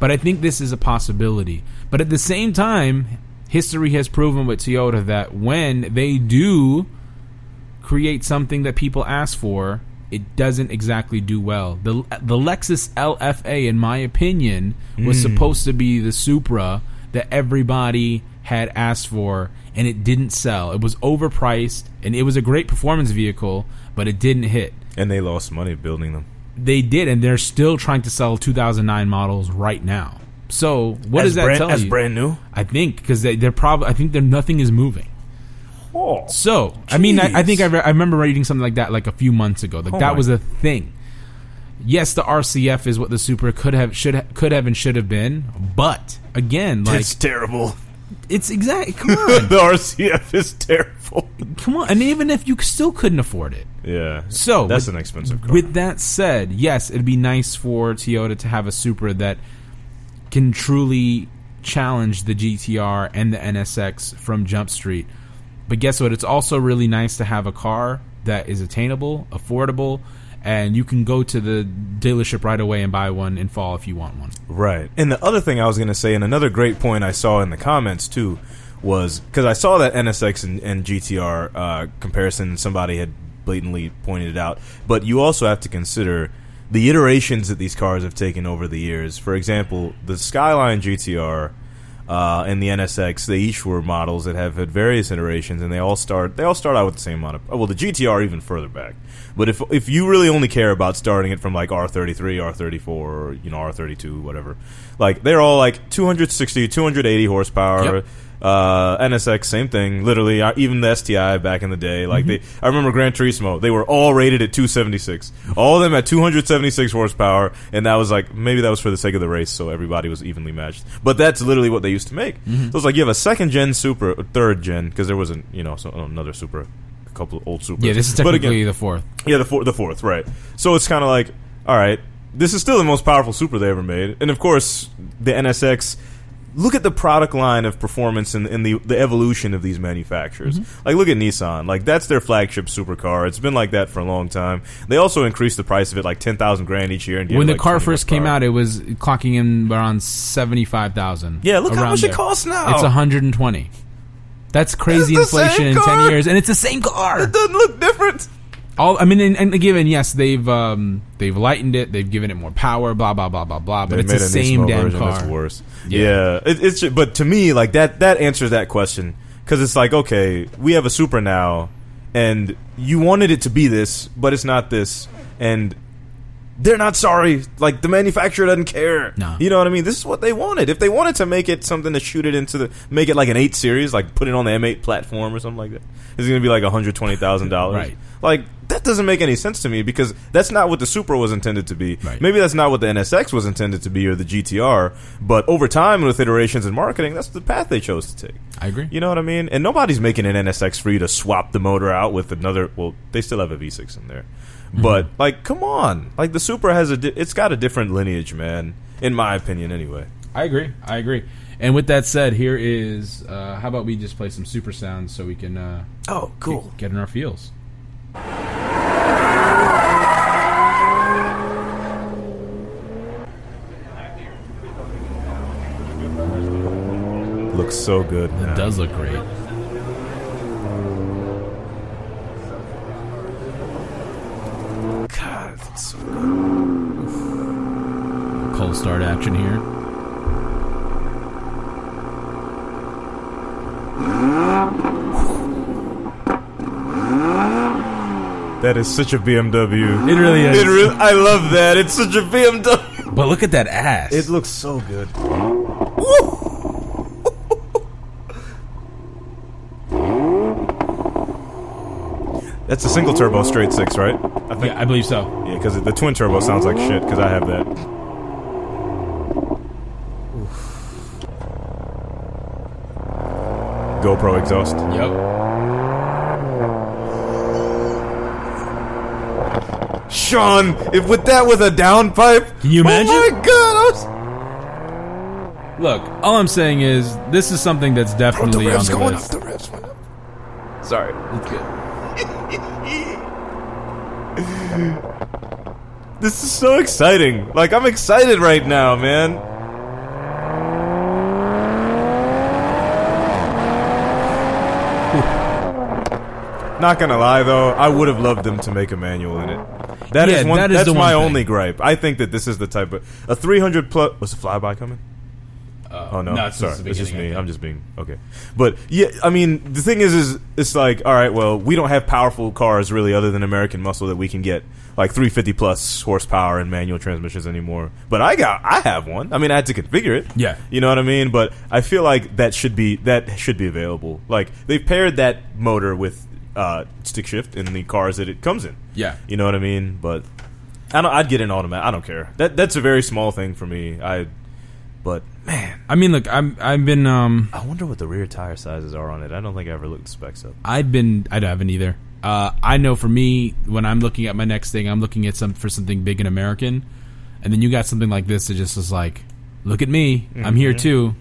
Speaker 1: But I think this is a possibility. But at the same time, history has proven with Toyota that when they do create something that people ask for, it doesn't exactly do well. The the Lexus LFA in my opinion was supposed to be the Supra that everybody had asked for and it didn't sell. It was overpriced and it was a great performance vehicle, but it didn't hit.
Speaker 2: And they lost money building them.
Speaker 1: They did and they're still trying to sell 2009 models right now. So, what does that tell you?
Speaker 2: new.
Speaker 1: I think because they, they're probably. I think they're nothing is moving.
Speaker 2: Oh.
Speaker 1: So I mean, I, I think I,
Speaker 2: Jeez.
Speaker 1: re- I remember reading something like that like a few months ago. Like
Speaker 2: Oh
Speaker 1: that
Speaker 2: my-
Speaker 1: was a thing. Yes, the RCF is what the Super could have, should ha- could have, and should have been. But again, like
Speaker 2: It's terrible.
Speaker 1: it's exactly come on,
Speaker 2: the RCF is terrible.
Speaker 1: come on, and even if you still couldn't afford it,
Speaker 2: Yeah.
Speaker 1: So
Speaker 2: that's
Speaker 1: with-
Speaker 2: an expensive car.
Speaker 1: With that said, yes, it'd be nice for Toyota to have a Supra that can truly challenge the GTR and the NSX from Jump Street. But guess what? It's also really nice to have a car that is attainable, affordable, and you can go to the dealership right away and buy one in fall if you want one.
Speaker 2: Right. And the other thing I was going to say, and another great point I saw in the comments too, was because I saw that NSX and, and GTR uh, comparison, and somebody had blatantly pointed it out. But you also have to consider the iterations that these cars have taken over the years. For example, the Skyline GTR. Uh, and the NSX, they each were models that have had various iterations, and they all start they all start out with the same amount of. Well, the GTR even further back, but if if you really only care about starting it from like R thirty three, R thirty four, or you know R thirty two, whatever, like they're all like 260, 280 horsepower.
Speaker 1: Yep.
Speaker 2: Uh, NSX, same thing. Literally, uh, even the STI back in the day, like
Speaker 1: Mm-hmm.
Speaker 2: they, I remember Gran Turismo. They were all rated at 276. All of them at 276 horsepower, and that was like maybe that was for the sake of the race, so everybody was evenly matched. But that's literally what they used to make.
Speaker 1: Mm-hmm.
Speaker 2: So it's like you have a second gen Supra, or third gen, because there wasn't you know so, another Supra, a couple of old Supras.
Speaker 1: Yeah, this is
Speaker 2: But
Speaker 1: technically
Speaker 2: again-
Speaker 1: the fourth.
Speaker 2: yeah, the, four, the fourth, right. So it's kind of like, all right, this is still the most powerful super they ever made. And of course, the NSX. Look at the product line of performance and, and the, the evolution of these manufacturers.
Speaker 1: Mm-hmm.
Speaker 2: Like, look at Nissan. Like, that's their flagship supercar. It's been like that for a long time. They also increased the price of it like ten thousand grand each year. And gave
Speaker 1: when the
Speaker 2: it, like,
Speaker 1: car
Speaker 2: 20
Speaker 1: first came
Speaker 2: horsepower.
Speaker 1: out, it was clocking in around seventy five thousand.
Speaker 2: Yeah, look how much it costs now.
Speaker 1: It's 120. That's crazy
Speaker 2: Oh. It's the
Speaker 1: inflation
Speaker 2: same
Speaker 1: in 10
Speaker 2: car.
Speaker 1: years, and it's the same car.
Speaker 2: it doesn't look different.
Speaker 1: All I mean, and, and given yes, they've um, they've lightened it, they've given it more power, blah blah blah blah blah. But
Speaker 2: They
Speaker 1: it's the
Speaker 2: made a
Speaker 1: same
Speaker 2: Nismo
Speaker 1: damn
Speaker 2: version
Speaker 1: car.
Speaker 2: That's worse.
Speaker 1: Yeah.
Speaker 2: Yeah, It, it's ju- but to me, like that that answers that question because it's like okay, we have a Supra now, and you wanted it to be this, but it's not this, and they're not sorry. Like the manufacturer doesn't care.
Speaker 1: No.
Speaker 2: You know what I mean? This is what they wanted. If they wanted to make it something to shoot it into the make it like an eight series, like put it on the M eight platform or something like that, it's gonna be like hundred twenty thousand dollars.
Speaker 1: Right.
Speaker 2: Like that doesn't make any sense to me because that's not what the Supra was intended to be.
Speaker 1: Right.
Speaker 2: Maybe that's not what the NSX was intended to be or the GTR, but over time and with iterations and marketing, that's the path they chose to take.
Speaker 1: I agree.
Speaker 2: You know what I mean? And nobody's making an NSX for you to swap the motor out with another. Well, they still have a V6 in there, but like, come on! Like the Supra has a, di- it's got a different lineage, man. In my opinion, anyway.
Speaker 1: I agree. I agree. And with that said, here is uh, how about we just play some super sounds so we can uh,
Speaker 2: Oh, cool.
Speaker 1: get in our feels.
Speaker 2: Looks so good.
Speaker 1: It
Speaker 2: man.
Speaker 1: does look great.
Speaker 2: God, it's so good.
Speaker 1: Cold start action here.
Speaker 2: That is such a BMW.
Speaker 1: It really is.
Speaker 2: It really, I love that. It's such a BMW.
Speaker 1: But look at that ass.
Speaker 2: It looks so good. That's a single turbo straight six, right? I think.
Speaker 1: yeah, I believe so.
Speaker 2: Yeah, because the twin turbo sounds like shit. Because I have that. GoPro exhaust.
Speaker 1: Yep.
Speaker 2: Sean, if with that was a downpipe,
Speaker 1: Can you imagine?
Speaker 2: Oh my god! I was-
Speaker 1: Look, all I'm saying is this is something that's definitely on the list.
Speaker 2: the riffs went up. Sorry.
Speaker 1: It's good.
Speaker 2: This is so exciting. Like I'm excited right now, man. Not gonna lie though, I would have loved them to make a manual in it. That is
Speaker 1: Yeah,
Speaker 2: one.
Speaker 1: that is
Speaker 2: that's
Speaker 1: the one
Speaker 2: my
Speaker 1: thing.
Speaker 2: only gripe. I think that this is the type of a 300 plus. Was a flyby coming? oh no,
Speaker 1: Uh, no, it's
Speaker 2: sorry,
Speaker 1: just the
Speaker 2: it's just
Speaker 1: beginning, I
Speaker 2: me.
Speaker 1: think.
Speaker 2: I'm just being okay. But yeah, I mean, the thing is, is it's like, all right, well, we don't have powerful cars really, other than American Muscle that we can get like 350 plus horsepower and manual transmissions anymore. But I got, I have one. I mean, I had to configure it.
Speaker 1: Yeah.
Speaker 2: you know what I mean. But I feel like that should be that should be available. Like they've paired that motor with uh, stick shift in the cars that it comes in.
Speaker 1: Yeah.
Speaker 2: You know what I mean? But I don't. I'd get an automatic. I don't care. That that's a very small thing for me. I. But man,
Speaker 1: I mean, look, I'm I've been um
Speaker 2: I wonder what the rear tire sizes are on it. I don't think I ever looked the specs up.
Speaker 1: I've been I haven't either. Uh, I know for me when I'm looking at my next thing, I'm looking at some for something big and American, and then you got something like this that just is like, look at me, I'm here too.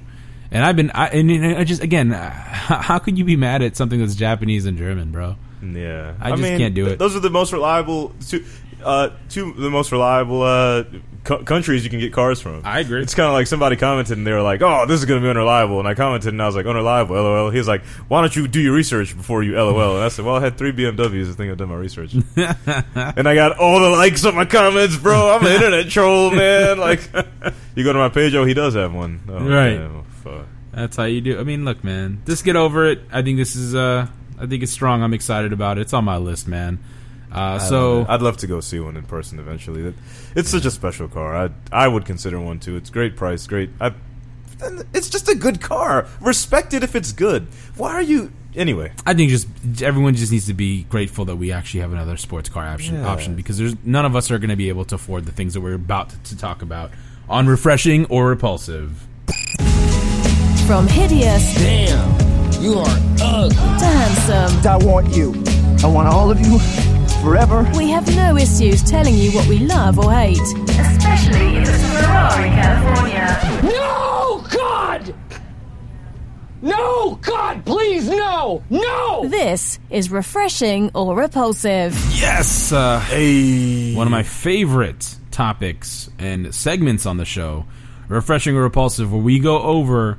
Speaker 1: And I've been I and, and I just again, uh, how, how could you be mad at something that's Japanese and German, bro?
Speaker 2: Yeah,
Speaker 1: I just can't do
Speaker 2: th-
Speaker 1: it.
Speaker 2: Those are the most reliable two, uh, two the most reliable uh, co- countries you can get cars from.
Speaker 1: I agree.
Speaker 2: It's kind of like somebody commented and they were like, "Oh, this is going to be unreliable," and I commented and I was like, "Unreliable, lol." He was like, "Why don't you do your research before you lol?" And I said, "Well, I had three BMWs. I think I've done my research." and I got all the likes on my comments, bro. I'm an internet troll, man. Like, you go to my page, oh, he does have one. Oh,
Speaker 1: Right.
Speaker 2: yeah, well, fuck.
Speaker 1: That's how you do. I mean, look, man, just get over it. I think this is uh, I think it's strong. I'm excited about it. It's on my list, man. Uh, so
Speaker 2: I'd love to go see one in person eventually. That it's such a special car. I I would consider one too. It's great price, great. I, and it's just a good car. Respect it if it's good. Why are you anyway?
Speaker 1: I think just everyone just needs to be grateful that we actually have another sports car option
Speaker 2: Yeah.
Speaker 1: option because there's none of us are going to be able to afford the things that we're about to, talk about on refreshing or repulsive.
Speaker 3: From hideous
Speaker 5: Damn, you are ugly.
Speaker 3: to handsome,
Speaker 6: I want you. I want all of you forever.
Speaker 3: we have no issues telling you what we love or hate.
Speaker 7: especially if it's a Ferrari California.
Speaker 5: No, God! No, God, please, no! No!
Speaker 3: This is refreshing or repulsive.
Speaker 1: Yes, uh,
Speaker 2: Hey,
Speaker 1: one of my favorite topics and segments on the show, refreshing or repulsive, where we go over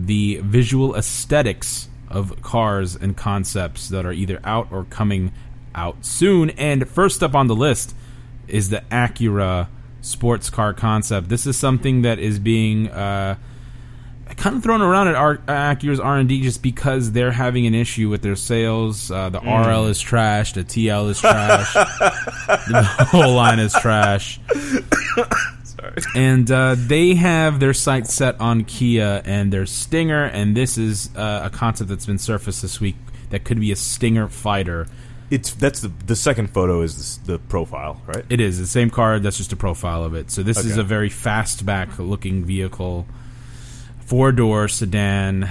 Speaker 1: the visual aesthetics of cars and concepts that are either out or coming out soon. And first up on the list is the Acura sports car concept. This is something that is being uh, kind of thrown around at our, Acura's R and D just because they're having an issue with their sales. Uh, the RL is trash. The TL is trash. the whole line is trash. And uh, they have their sights set on Kia and their Stinger, and this is uh, a concept that's been surfaced this week that could be a Stinger fighter.
Speaker 2: it's that's the the second photo is this, the profile, right?
Speaker 1: It is the same car. That's just a profile of it. So this is
Speaker 2: Okay.
Speaker 1: a very fastback looking vehicle, four door sedan.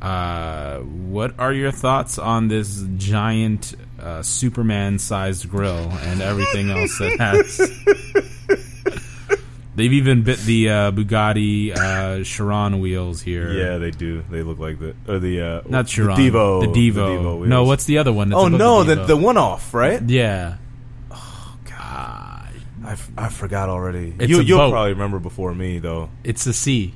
Speaker 1: Uh, what are your thoughts on this giant uh, Superman sized grill and everything else that has? They've even bit the uh, Bugatti uh, Chiron wheels here.
Speaker 2: yeah, they do. They look like the or the uh,
Speaker 1: not
Speaker 2: the
Speaker 1: Chiron.
Speaker 2: Devo,
Speaker 1: The Devo. no,
Speaker 2: wheels.
Speaker 1: what's the other one? that's
Speaker 2: oh
Speaker 1: above
Speaker 2: no,
Speaker 1: the
Speaker 2: the
Speaker 1: Devo?
Speaker 2: the one Oh, off, right?
Speaker 1: yeah.
Speaker 2: I, f- I forgot already.
Speaker 1: It's
Speaker 2: you
Speaker 1: a
Speaker 2: you'll
Speaker 1: boat.
Speaker 2: probably remember before me though.
Speaker 1: It's a C.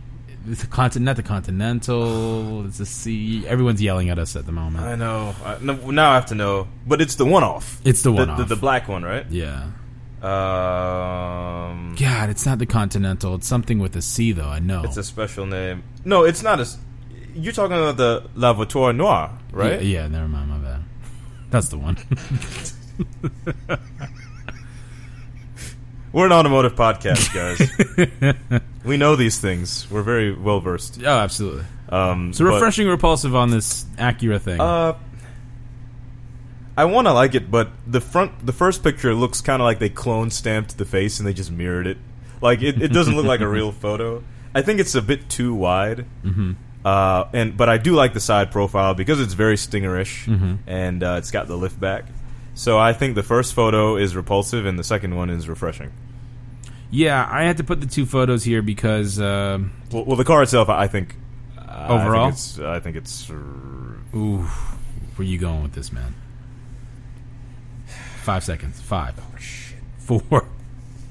Speaker 1: It's a continent, not the Continental. It's a C. Everyone's yelling at us at the moment.
Speaker 2: I know. I, no, now I have to know, but it's the one off.
Speaker 1: It's the
Speaker 2: the,
Speaker 1: one-off.
Speaker 2: the black one, right?
Speaker 1: Yeah.
Speaker 2: Um,
Speaker 1: God, it's not the Continental. It's something with a C, though. I know.
Speaker 2: it's a special name. No, it's not a. s- You're talking about the Lavator Noir, right?
Speaker 1: Yeah, yeah, never mind. My bad. That's the one.
Speaker 2: We're an automotive podcast, guys. we know these things. We're very well versed.
Speaker 1: oh, absolutely.
Speaker 2: Um,
Speaker 1: So
Speaker 2: but,
Speaker 1: refreshing, repulsive on this Acura thing.
Speaker 2: uh, I want to like it, but the front, the first picture looks kind of like they clone stamped the face and they just mirrored it. Like it, it doesn't look like a real photo. I think it's a bit too wide. Uh, and but I do like the side profile because it's very stingerish and uh, it's got the lift back. So I think the first photo is repulsive and the second one is refreshing.
Speaker 1: Yeah, I had to put the two photos here because um
Speaker 2: Well, well the car itself, I think I think
Speaker 1: Overall?
Speaker 2: it's- I think it's,
Speaker 1: ooh, where you going with this, man? Five seconds. Five. Four.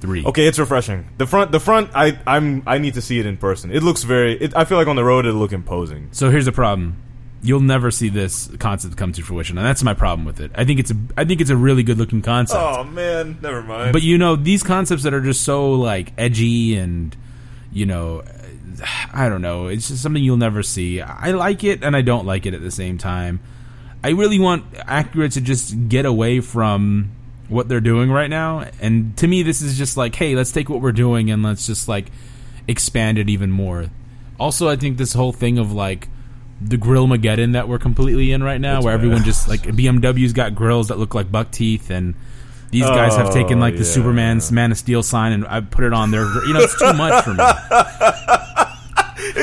Speaker 1: Three.
Speaker 2: Oh, okay. It's refreshing. The front, the front, I I'm I need to see it in person. It looks very. It, I feel like on the road it'll look imposing.
Speaker 1: So here's the problem. You'll never see this concept come to fruition, and that's my problem with it. I think it's a I think it's a really good looking concept.
Speaker 2: Oh man, never mind.
Speaker 1: But you know, these concepts that are just so like edgy and you know, I don't know. It's just something you'll never see. I like it and I don't like it at the same time. I really want Acura to just get away from what they're doing right now. And to me, this is just like, hey, let's take what we're doing and let's just like expand it even more. Also, I think this whole thing of like the grill mageddon that we're completely in right now, where everyone just like BMW's got grills that look like buck teeth, and these guys have taken
Speaker 2: Oh,
Speaker 1: like the
Speaker 2: yeah.
Speaker 1: Superman's Man of Steel sign and I put it on their. gr- You know, it's too much for me.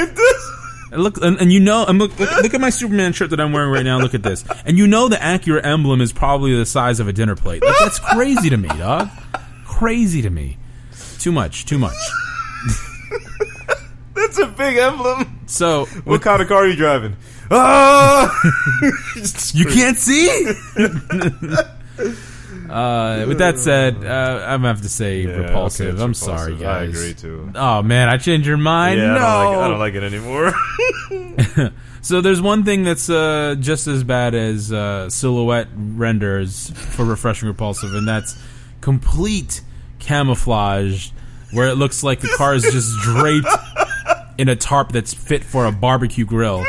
Speaker 1: And Look and, and you know and look, look look at my Superman shirt that I'm wearing right now. Look at this, and you know the Acura emblem is probably the size of a dinner plate. Like, that's crazy to me, dog. Crazy to me. Too much. Too much.
Speaker 2: it's a big emblem.
Speaker 1: So
Speaker 2: What kind of car are you driving? Ah!
Speaker 1: you can't see. uh, with that said, uh, I'm gonna have to say
Speaker 2: Yeah,
Speaker 1: repulsive.
Speaker 2: okay, it's
Speaker 1: I'm
Speaker 2: repulsive.
Speaker 1: sorry,
Speaker 2: I
Speaker 1: guys.
Speaker 2: agree too.
Speaker 1: Oh man, I changed your mind.
Speaker 2: yeah,
Speaker 1: no,
Speaker 2: I, don't like, I don't like it anymore.
Speaker 1: So there's one thing that's uh, just as bad as uh, silhouette renders for refreshing repulsive, and that's complete camouflage, where it looks like the car is just draped in a tarp that's fit for a barbecue grill.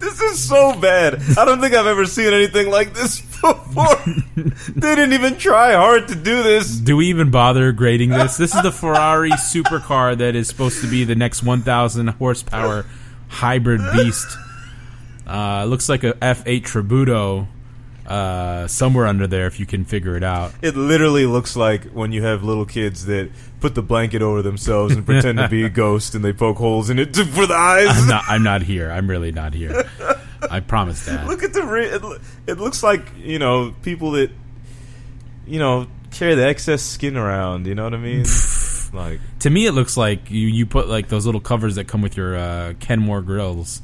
Speaker 2: This is so bad. I don't think I've ever seen anything like this before. they didn't even try hard to do this.
Speaker 1: Do we even bother grading this? This is the Ferrari supercar that is supposed to be the next 1,000 horsepower hybrid beast. Uh, looks like a F8 Tributo uh, somewhere under there if you can figure it out.
Speaker 2: It literally looks like when you have little kids that put the blanket over themselves and pretend to be a ghost and they poke holes in it for the eyes.
Speaker 1: I'm not, I'm not here. I'm really not here. I promise that.
Speaker 2: Look at the re- it, lo- it looks like, you know, people that you know, carry the excess skin around, you know what I mean? like
Speaker 1: To me, it looks like you, you put like those little covers that come with your uh, Kenmore grills.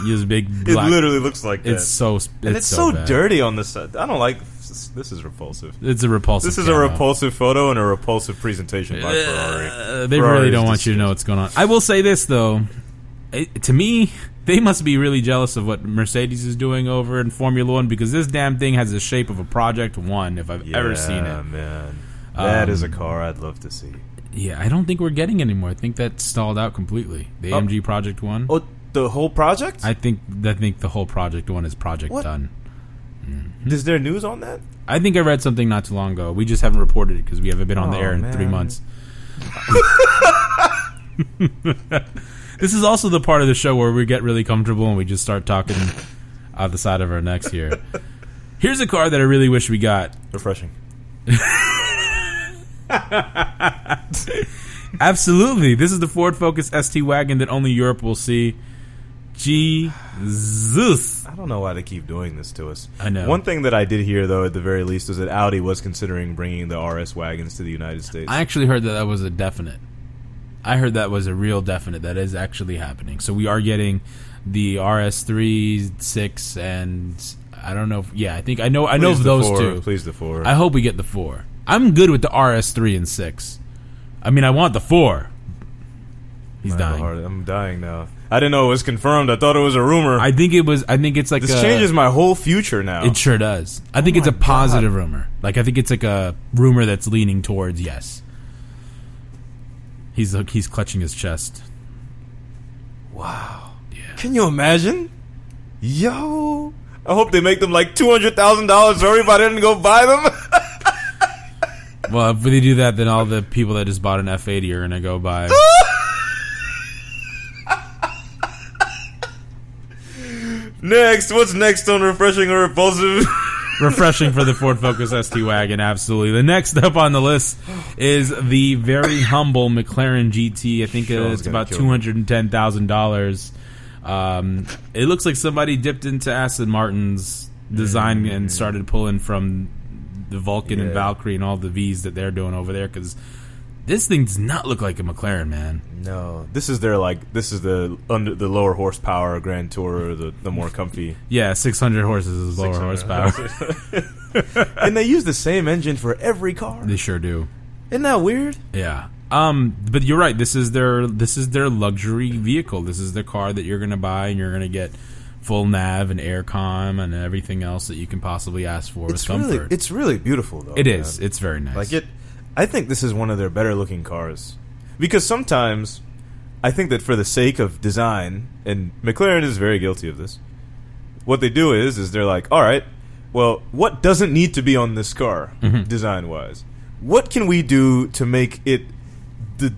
Speaker 1: You Use big
Speaker 2: it
Speaker 1: black.
Speaker 2: literally looks like that.
Speaker 1: it's so. It's,
Speaker 2: and it's so,
Speaker 1: bad.
Speaker 2: dirty on the side. I don't like this, this is repulsive.
Speaker 1: It's a repulsive.
Speaker 2: This is a
Speaker 1: camo.
Speaker 2: repulsive photo and a repulsive presentation by Ferrari.
Speaker 1: Uh, they
Speaker 2: Ferrari
Speaker 1: really
Speaker 2: is
Speaker 1: don't want you to know what's going on. I will say this though, it, to me, they must be really jealous of what Mercedes is doing over in Formula One because this damn thing has the shape of a Project One if I've ever seen
Speaker 2: Yeah,
Speaker 1: it.
Speaker 2: man. that
Speaker 1: Um,
Speaker 2: is a car I'd love to see.
Speaker 1: Yeah, I don't think we're getting anymore. I think that stalled out completely. The
Speaker 2: Oh.
Speaker 1: AMG Project One.
Speaker 2: Oh, the whole project?
Speaker 1: I think I think the whole project one is project
Speaker 2: What?
Speaker 1: done.
Speaker 2: is there news on that?
Speaker 1: I think I read something not too long ago. We just haven't reported it because we haven't been on the
Speaker 2: Oh,
Speaker 1: air in three
Speaker 2: man.
Speaker 1: months. this is also the part of the show where we get really comfortable and we just start talking out the side of our necks here. Here's a car that I really wish we got.
Speaker 2: Refreshing.
Speaker 1: Absolutely. This is the Ford Focus ST wagon that only Europe will see. Jesus.
Speaker 2: I don't know why they keep doing this to us.
Speaker 1: I know.
Speaker 2: One thing that I did hear, though, at the very least, is that Audi was considering bringing the RS wagons to the United States.
Speaker 1: I actually heard that that was a definite. I heard that was a real definite. That is actually happening. So we are getting the RS3, six, and I don't know. If, yeah, I think I know. I know
Speaker 2: Please
Speaker 1: of
Speaker 2: the
Speaker 1: those
Speaker 2: four,
Speaker 1: two.
Speaker 2: Please the four.
Speaker 1: I hope we get the four. I'm good with the RS3 and six. I mean, I want the four. He's
Speaker 2: My
Speaker 1: dying.
Speaker 2: heart- I'm dying now. I didn't know it was confirmed. I thought it was a rumor.
Speaker 1: I think uh, it was. I think it's like
Speaker 2: this
Speaker 1: a,
Speaker 2: changes my Oh whole future now.
Speaker 1: It sure does. I think it's a positive rumor. Like I think it's like a rumor that's leaning towards yes. He's he's clutching his chest.
Speaker 2: Can you imagine? Yo. I hope they make them like $200,000 so everybody didn't go buy them.
Speaker 1: Well, if they do that, then all the people that just bought an F eighty are gonna go buy.
Speaker 2: next. What's next on Refreshing or Repulsive?
Speaker 1: refreshing for the Ford Focus ST wagon. Absolutely. The next up on the list is the very humble McLaren GT. I think
Speaker 2: Sean's
Speaker 1: it's
Speaker 2: gonna
Speaker 1: about
Speaker 2: kill
Speaker 1: two
Speaker 2: me.
Speaker 1: hundred and ten thousand dollars. Um, it looks like somebody dipped into Aston Martin's design and started pulling from the Vulcan and
Speaker 2: Yeah.
Speaker 1: Valkyrie and all the V's that they're doing over there because this thing does not look like a McLaren, man.
Speaker 2: No, this is their like this is the under the lower horsepower Grand Tourer, the the more comfy.
Speaker 1: Yeah, six hundred horses is lower
Speaker 2: 600
Speaker 1: horsepower.
Speaker 2: and they use the same engine for every car.
Speaker 1: they sure do.
Speaker 2: Isn't that weird?
Speaker 1: Yeah. Um, but you're right. This is their this is their luxury vehicle. This is the car that you're going to buy, and you're going to get full nav and aircom and everything else that you can possibly ask for
Speaker 2: It's
Speaker 1: with
Speaker 2: really
Speaker 1: comfort.
Speaker 2: it's really beautiful though.
Speaker 1: It
Speaker 2: man.
Speaker 1: is. It's very nice.
Speaker 2: Like it I think this is one of their better looking cars. Because sometimes I think that for the sake of design and McLaren is very guilty of this. What they do is is they're like, "All right, well, what doesn't need to be on this car
Speaker 1: Mm-hmm.
Speaker 2: design-wise? What can we do to make it the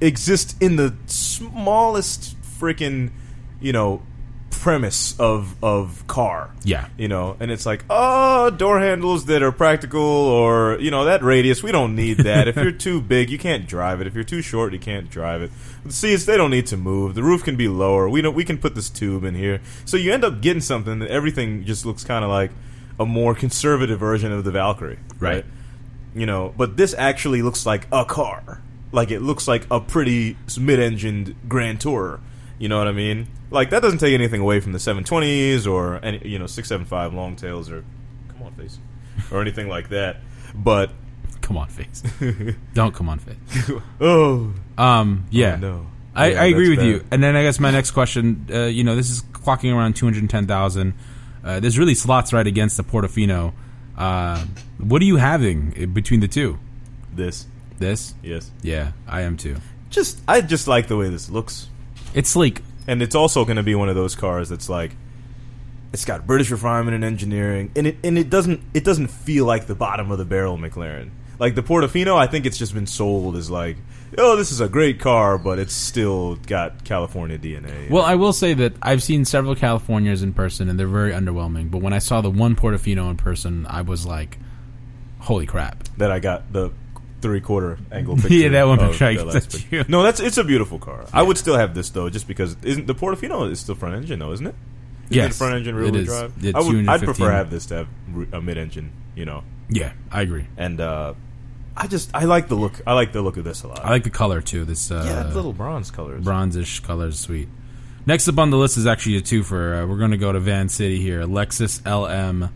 Speaker 2: exist in the smallest freaking, you know, premise of of car?"
Speaker 1: Yeah.
Speaker 2: you know and it's like oh door handles that are practical or you know that radius we don't need that if you're too big you can't drive it if you're too short you can't drive it the seats they don't need to move the roof can be lower we don't we can put this tube in here so you end up getting something that everything just looks kind of like a more conservative version of the valkyrie
Speaker 1: Right.
Speaker 2: you know but this actually looks like a car like it looks like a pretty mid-engined grand tourer you know what i mean like that doesn't take anything away from the 720s or any you know 675 long tails or come on face or anything like that but
Speaker 1: come on, face. Don't come on, face.
Speaker 2: oh
Speaker 1: Um, yeah.
Speaker 2: no
Speaker 1: I,
Speaker 2: Yeah,
Speaker 1: I agree with
Speaker 2: that's
Speaker 1: you.
Speaker 2: bad.
Speaker 1: And then I guess my next question, uh, you know, this is clocking around two hundred ten thousand. Uh, this really slots right against the Portofino. Uh, what are you having between the two?
Speaker 2: this
Speaker 1: This?
Speaker 2: yes
Speaker 1: Yeah, I am too.
Speaker 2: just i just like the way this looks
Speaker 1: It's sleek.
Speaker 2: and it's also going to be one of those cars that's like it's got British refinement and engineering, and it and it doesn't it doesn't feel like the bottom of the barrel McLaren. Like the Portofino, I think it's just been sold as like, oh, this is a great car, but it's still got California DNA.
Speaker 1: Well, I will say that I've seen several Californias in person, and they're very underwhelming. But when I saw the one Portofino in person, I was like, "Holy crap!"
Speaker 2: that I got the three quarter angle picture.
Speaker 1: that one
Speaker 2: of
Speaker 1: picture I
Speaker 2: that
Speaker 1: got
Speaker 2: last
Speaker 1: you.
Speaker 2: picture. No, that's it's a beautiful car. I would still have this though, just because isn't the Portofino is still front engine though, isn't it? Isn't
Speaker 1: Yes,
Speaker 2: it front engine
Speaker 1: it
Speaker 2: rear wheel
Speaker 1: is.
Speaker 2: drive.
Speaker 1: The
Speaker 2: I would, I'd
Speaker 1: 215.
Speaker 2: prefer have this to have re- a mid engine. You know,
Speaker 1: Yeah, I agree.
Speaker 2: and uh, I just I like the look. I like the look of this a lot.
Speaker 1: I like the color too. This uh,
Speaker 2: yeah, that little bronze colors.
Speaker 1: bronzish color is sweet. Next up on the list is actually a twofer. Uh, we're going to go to Van City here. Lexus LM.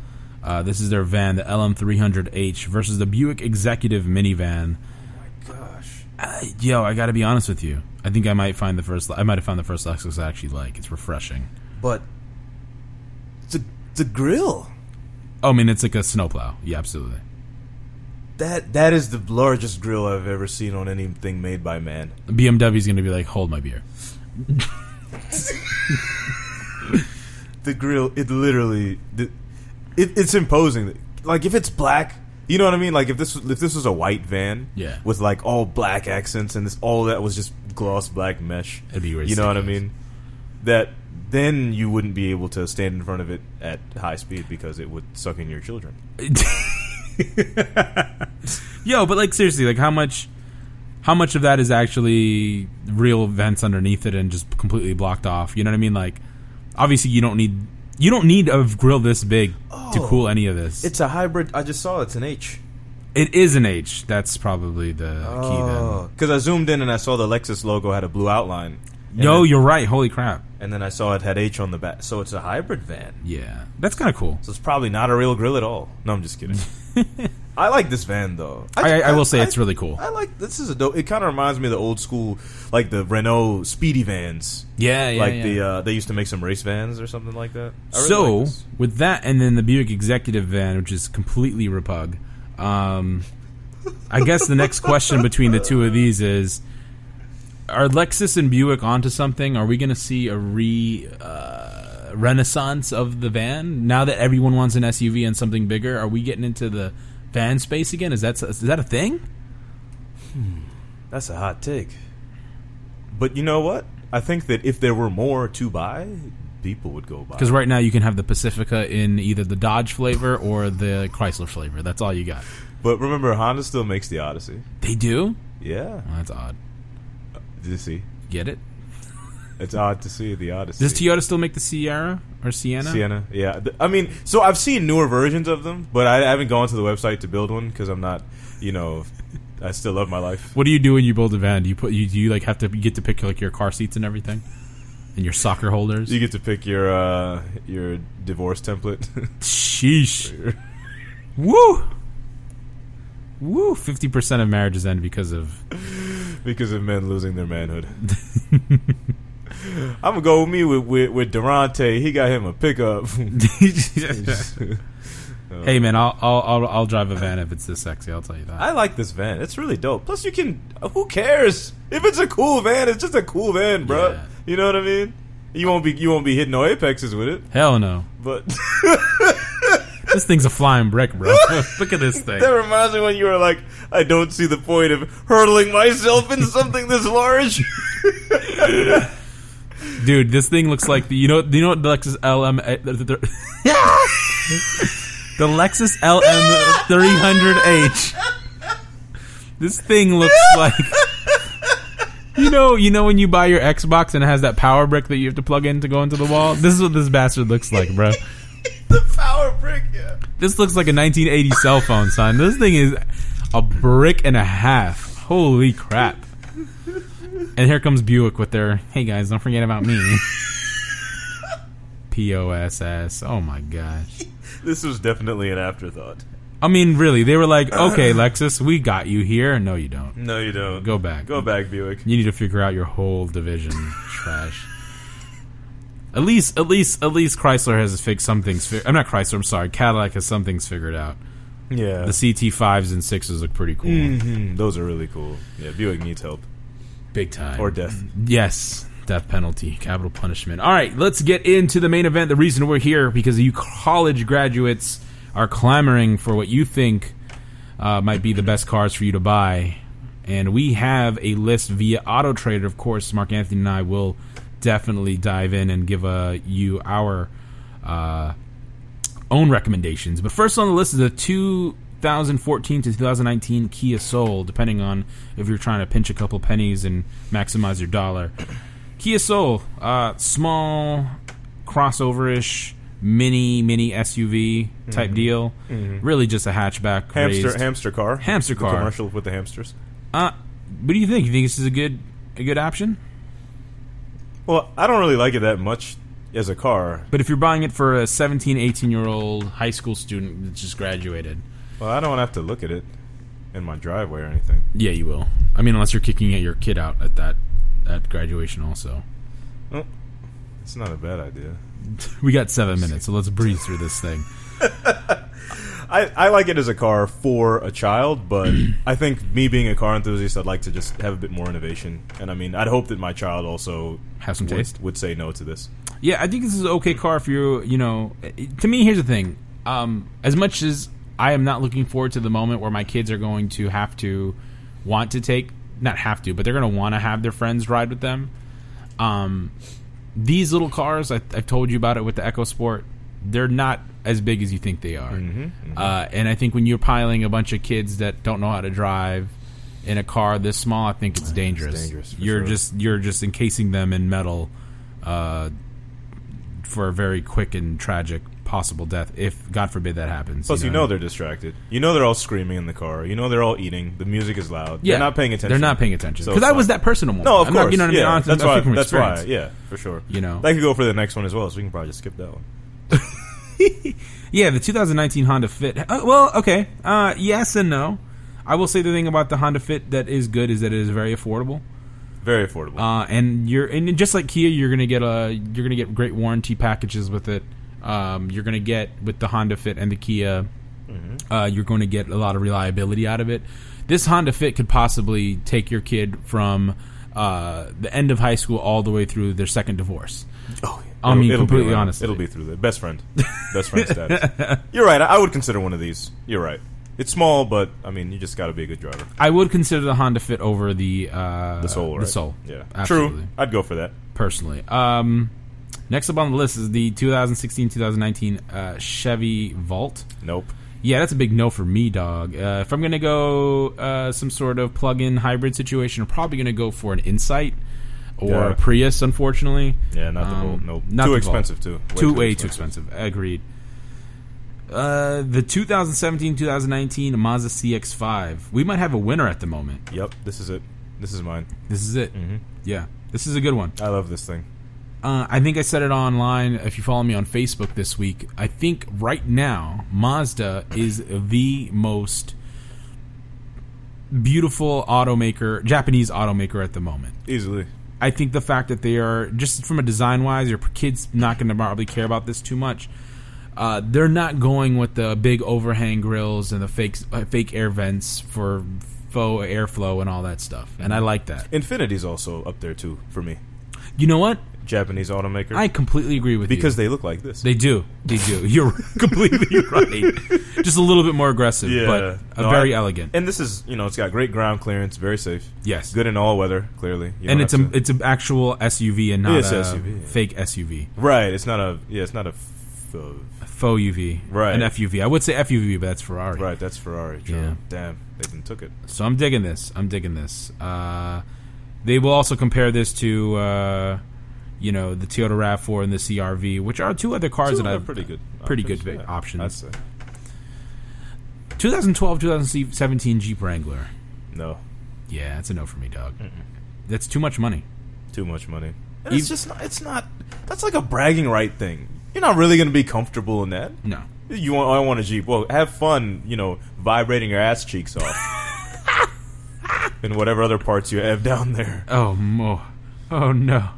Speaker 1: Uh, this is their van, the LM300H, versus the Buick Executive minivan.
Speaker 2: Gosh,
Speaker 1: Uh, yo, I got to be honest with you. I think I might find the first. I might have found the first Lexus I actually like. It's refreshing.
Speaker 2: but the the grill
Speaker 1: Oh, I mean, it's like a snowplow. Yeah, absolutely.
Speaker 2: that that is the largest grill I've ever seen on anything made by man.
Speaker 1: BMW's going to be like, hold my beer.
Speaker 2: The grill, it literally, the, it, it's imposing. Like if it's black. You know what I mean? Like if this was- if this was a white van,
Speaker 1: Yeah.
Speaker 2: with like all black accents and this all that was just gloss black mesh.
Speaker 1: It'd be
Speaker 2: You know what I
Speaker 1: ridiculous.
Speaker 2: mean? That then you wouldn't be able to stand in front of it at high speed because it would suck in your children.
Speaker 1: Yo, but like seriously, like how much, how much of that is actually real vents underneath it and just completely blocked off? You know what I mean? Like, obviously, you don't need you don't need a grill this big to
Speaker 2: Oh.
Speaker 1: cool any of this.
Speaker 2: It's a hybrid. I just saw it's an H.
Speaker 1: it is an H. That's probably the key.
Speaker 2: Because Uh, I zoomed in and I saw the Lexus logo had a blue outline. And
Speaker 1: Then. Yo,
Speaker 2: then,
Speaker 1: you're right. Holy crap!
Speaker 2: and then I saw it had H on the back. So it's a hybrid van.
Speaker 1: Yeah, that's kind of cool.
Speaker 2: So it's probably not a real grill at all. No, I'm just kidding. I like this van though.
Speaker 1: I- I will say it's really cool.
Speaker 2: I like this is a dope. It kind of reminds me of the old school, like the Renault Speedy vans.
Speaker 1: Yeah, yeah.
Speaker 2: like
Speaker 1: yeah.
Speaker 2: the uh, they used to make some race vans or something like that. I really
Speaker 1: so
Speaker 2: like this.
Speaker 1: with that, and then the Buick Executive van, which is completely repug. Um, I guess the next question between the two of these is: Are Lexus and Buick onto something? Are we going to see a re uh, renaissance of the van now that everyone wants an SUV and something bigger? Are we getting into the van space again? Is that is that a thing?
Speaker 2: That's a hot take. But you know what? I think that if there were more to buy, people would go by.
Speaker 1: Because right now you can have the Pacifica in either the Dodge flavor or the Chrysler flavor. That's all you got.
Speaker 2: But remember, Honda still makes the Odyssey.
Speaker 1: They do?
Speaker 2: Yeah,
Speaker 1: Well, that's odd.
Speaker 2: did you see?
Speaker 1: Get it?
Speaker 2: It's odd to see the Odyssey.
Speaker 1: Does Toyota still make the Sierra or Sienna?
Speaker 2: Sienna, yeah. Th- I mean, so I've seen newer versions of them, but I haven't gone to the website to build one because I'm not, you know, I still love my life.
Speaker 1: What do you do when you build a van? Do you put you do you like have to you get to pick like your car seats and everything, and your soccer holders?
Speaker 2: You get to pick your uh, your divorce template.
Speaker 1: Sheesh. Woo. Woo. Fifty percent of marriages end because of
Speaker 2: because of men losing their manhood. I'm gonna go with me with with, with Durante. He got him a pickup.
Speaker 1: hey man, I'll, I'll I'll I'll drive a van if it's this sexy. I'll tell you that.
Speaker 2: I like this van. It's really dope. Plus, you can. uh, Who cares if it's a cool van? It's just a cool van, bruh.
Speaker 1: Yeah.
Speaker 2: You know what I mean? You won't be you won't be hitting no apexes with it,
Speaker 1: Hell no,
Speaker 2: but
Speaker 1: this thing's a flying brick, bro. Look at this thing.
Speaker 2: that reminds me when you were like, I don't see the point of hurtling myself in something this large.
Speaker 1: dude. This thing looks like the you know you know what the Lexus LM uh, the, the, the, the Lexus LM 300H. This thing looks like you know you know when you buy your Xbox and it has that power brick that you have to plug in to go into the wall. This is what this bastard looks like, bro.
Speaker 2: the power brick. Yeah.
Speaker 1: This looks like a 1980 cell phone, son. This thing is a brick and a half. Holy crap. And here comes Buick with their, hey guys, don't forget about me. POSS. Oh my gosh.
Speaker 2: This was definitely an afterthought.
Speaker 1: I mean, really, they were like, okay, Lexus, we got you here. No, you don't.
Speaker 2: No, you don't.
Speaker 1: Go back.
Speaker 2: Go back, Buick.
Speaker 1: You need to figure out your whole division. Trash. At least, at least, at least Chrysler has fixed some things. Fi- I'm not Chrysler, I'm sorry. Cadillac has some things figured out.
Speaker 2: Yeah.
Speaker 1: The CT5s and 6s look pretty cool.
Speaker 2: Mm, those are really cool. Yeah, Buick needs help
Speaker 1: Big time.
Speaker 2: or death.
Speaker 1: Yes. Death penalty, capital punishment. All right, let's get into the main event. The reason we're here because you college graduates are clamoring for what you think uh, might be the best cars for you to buy, and we have a list via Auto Trader. Of course, Mark Anthony and I will definitely dive in and give uh, you our uh, own recommendations. But first on the list is the 2014 to 2019 Kia Soul, depending on if you're trying to pinch a couple pennies and maximize your dollar. Kia Soul, uh, small crossover ish mini mini SUV type deal. Really just a hatchback.
Speaker 2: Hamster,
Speaker 1: raised.
Speaker 2: hamster car,
Speaker 1: Hamster
Speaker 2: The
Speaker 1: car.
Speaker 2: commercial with the hamsters.
Speaker 1: uh, what do you think? You think this is a good a good option?
Speaker 2: Well, I don't really like it that much as a car.
Speaker 1: But if you're buying it for a 17, 18 year old high school student that just graduated,
Speaker 2: Well, I don't have to look at it in my driveway or anything.
Speaker 1: Yeah, you will. I mean, unless you're kicking at your kid out at that at graduation. Also,
Speaker 2: It's not a bad idea.
Speaker 1: we got seven minutes, so let's breeze through this thing.
Speaker 2: I, I like it as a car for a child, but I think me being a car enthusiast, I'd like to just have a bit more innovation. And I mean, I'd hope that my child also
Speaker 1: Have some
Speaker 2: would,
Speaker 1: taste.
Speaker 2: would say no to this.
Speaker 1: Yeah, I think this is an okay car for you. You know, it- to me, here's the thing. Um, as much as I am not looking forward to the moment where my kids are going to have to want to take, not have to, but they're going to want to have their friends ride with them. Um, these little cars, I, I've told you about it with the EcoSport. They're not as big as you think they are,
Speaker 2: Mm-hmm,
Speaker 1: Uh, and I think when you're piling a bunch of kids that don't know how to drive in a car this small, I think it's dangerous.
Speaker 2: dangerous, for
Speaker 1: you're
Speaker 2: sure.
Speaker 1: just you're just encasing them in metal uh, for a very quick and tragic possible death, if God forbid that happens.
Speaker 2: Plus, you know, they're distracted. You know, they're all screaming in the car. You know, they're all eating. The music is loud.
Speaker 1: yeah,
Speaker 2: They're not paying attention.
Speaker 1: They're not paying attention
Speaker 2: So
Speaker 1: because
Speaker 2: it's
Speaker 1: I was
Speaker 2: not-
Speaker 1: that person. at one
Speaker 2: No,
Speaker 1: point.
Speaker 2: of
Speaker 1: I'm
Speaker 2: course.
Speaker 1: not- you know what I
Speaker 2: yeah,
Speaker 1: mean. Honestly,
Speaker 2: that's
Speaker 1: I
Speaker 2: why.
Speaker 1: speak from
Speaker 2: That's why.
Speaker 1: experience.
Speaker 2: Yeah, for sure.
Speaker 1: You know.
Speaker 2: that could go for the next one as well. So we can probably just skip that one.
Speaker 1: Yeah, the 2019 Honda Fit. Uh, well, okay. Uh, yes and no. I will say the thing about the Honda Fit that is good is that it is very affordable.
Speaker 2: Very affordable.
Speaker 1: Uh, and you're and just like Kia, you're gonna get a you're gonna get great warranty packages with it. Um, you're gonna get with the Honda Fit and the Kia,
Speaker 2: Mm-hmm.
Speaker 1: uh, you're going to get a lot of reliability out of it. This Honda Fit could possibly take your kid from uh, the end of high school all the way through their second divorce.
Speaker 2: oh, yeah.
Speaker 1: I mean,
Speaker 2: It'll- it'll be
Speaker 1: completely
Speaker 2: around.
Speaker 1: honestly.
Speaker 2: it'll be through the best friend, best friend status. You're right. I, I would consider one of these. You're right. It's small, but I mean, you just got to be a good driver.
Speaker 1: I would consider the Honda Fit over the uh,
Speaker 2: The soul, right?
Speaker 1: the Soul.
Speaker 2: Yeah,
Speaker 1: absolutely.
Speaker 2: true. I'd go for that.
Speaker 1: personally. Um, Next up on the list is the 2016-2019 uh, Chevy Volt.
Speaker 2: Nope.
Speaker 1: Yeah, that's a big no for me, dog. Uh, if I'm gonna go uh, some sort of plug-in hybrid situation, I'm probably gonna go for an Insight or
Speaker 2: Yeah.
Speaker 1: a Prius. Unfortunately,
Speaker 2: Yeah, not the
Speaker 1: Um,
Speaker 2: Volt. Nope.
Speaker 1: not the
Speaker 2: too
Speaker 1: Volt.
Speaker 2: expensive too.
Speaker 1: too way too expensive. Agreed. Uh, the 2017-2019 Mazda CX-5. We might have a winner at the moment.
Speaker 2: Yep. This is it. This is mine.
Speaker 1: This is it.
Speaker 2: Mm-hmm.
Speaker 1: Yeah, this is a good one.
Speaker 2: I love this thing.
Speaker 1: Uh, I think I said it online. If you follow me on Facebook this week, I think right now Mazda is the most beautiful automaker, Japanese automaker at the moment.
Speaker 2: Easily.
Speaker 1: I think the fact that they are just from a design wise, your kids not going to probably care about this too much. Uh, they're not going with the big overhang grills and the fake uh, fake air vents for faux airflow and all that stuff. And I like that.
Speaker 2: Infinity's also up there too for me.
Speaker 1: You know what?
Speaker 2: Japanese automaker.
Speaker 1: I completely agree with you.
Speaker 2: because they look like this.
Speaker 1: They do. They do. You're completely right. Just a little bit more aggressive, but a
Speaker 2: No,
Speaker 1: very
Speaker 2: I-
Speaker 1: elegant.
Speaker 2: And this is, you know, it's got great ground clearance, very safe.
Speaker 1: Yes.
Speaker 2: Good in all weather, clearly. You
Speaker 1: and
Speaker 2: don't
Speaker 1: it's a
Speaker 2: have to-
Speaker 1: it's an actual SUV and not
Speaker 2: It's
Speaker 1: a
Speaker 2: SUV, yeah.
Speaker 1: fake SUV,
Speaker 2: right. It's not a yeah. It's not a. f- uh,
Speaker 1: faux UV,
Speaker 2: Right.
Speaker 1: An FUV. I would say FUV, but that's Ferrari.
Speaker 2: right. That's Ferrari. True.
Speaker 1: Yeah.
Speaker 2: Damn, they done took it.
Speaker 1: So I'm digging this. I'm digging this. Uh, they will also compare this to, uh, you know, the Toyota Rav4 and the CRV, which are two other cars
Speaker 2: Two
Speaker 1: that
Speaker 2: other
Speaker 1: I've uh,
Speaker 2: pretty good
Speaker 1: pretty
Speaker 2: options,
Speaker 1: good
Speaker 2: yeah,
Speaker 1: options.
Speaker 2: I'd say.
Speaker 1: 2012, 2017 Jeep Wrangler.
Speaker 2: No,
Speaker 1: Yeah, that's a no for me, dog. That's too much money.
Speaker 2: too much money. And
Speaker 1: Ev-
Speaker 2: it's just not. It's not. That's like a bragging right thing. You're not really going to be comfortable in that.
Speaker 1: No.
Speaker 2: You want? I want a Jeep. Well, have fun. You know, vibrating your ass cheeks off, and whatever other parts you have down there.
Speaker 1: Oh mo, oh no,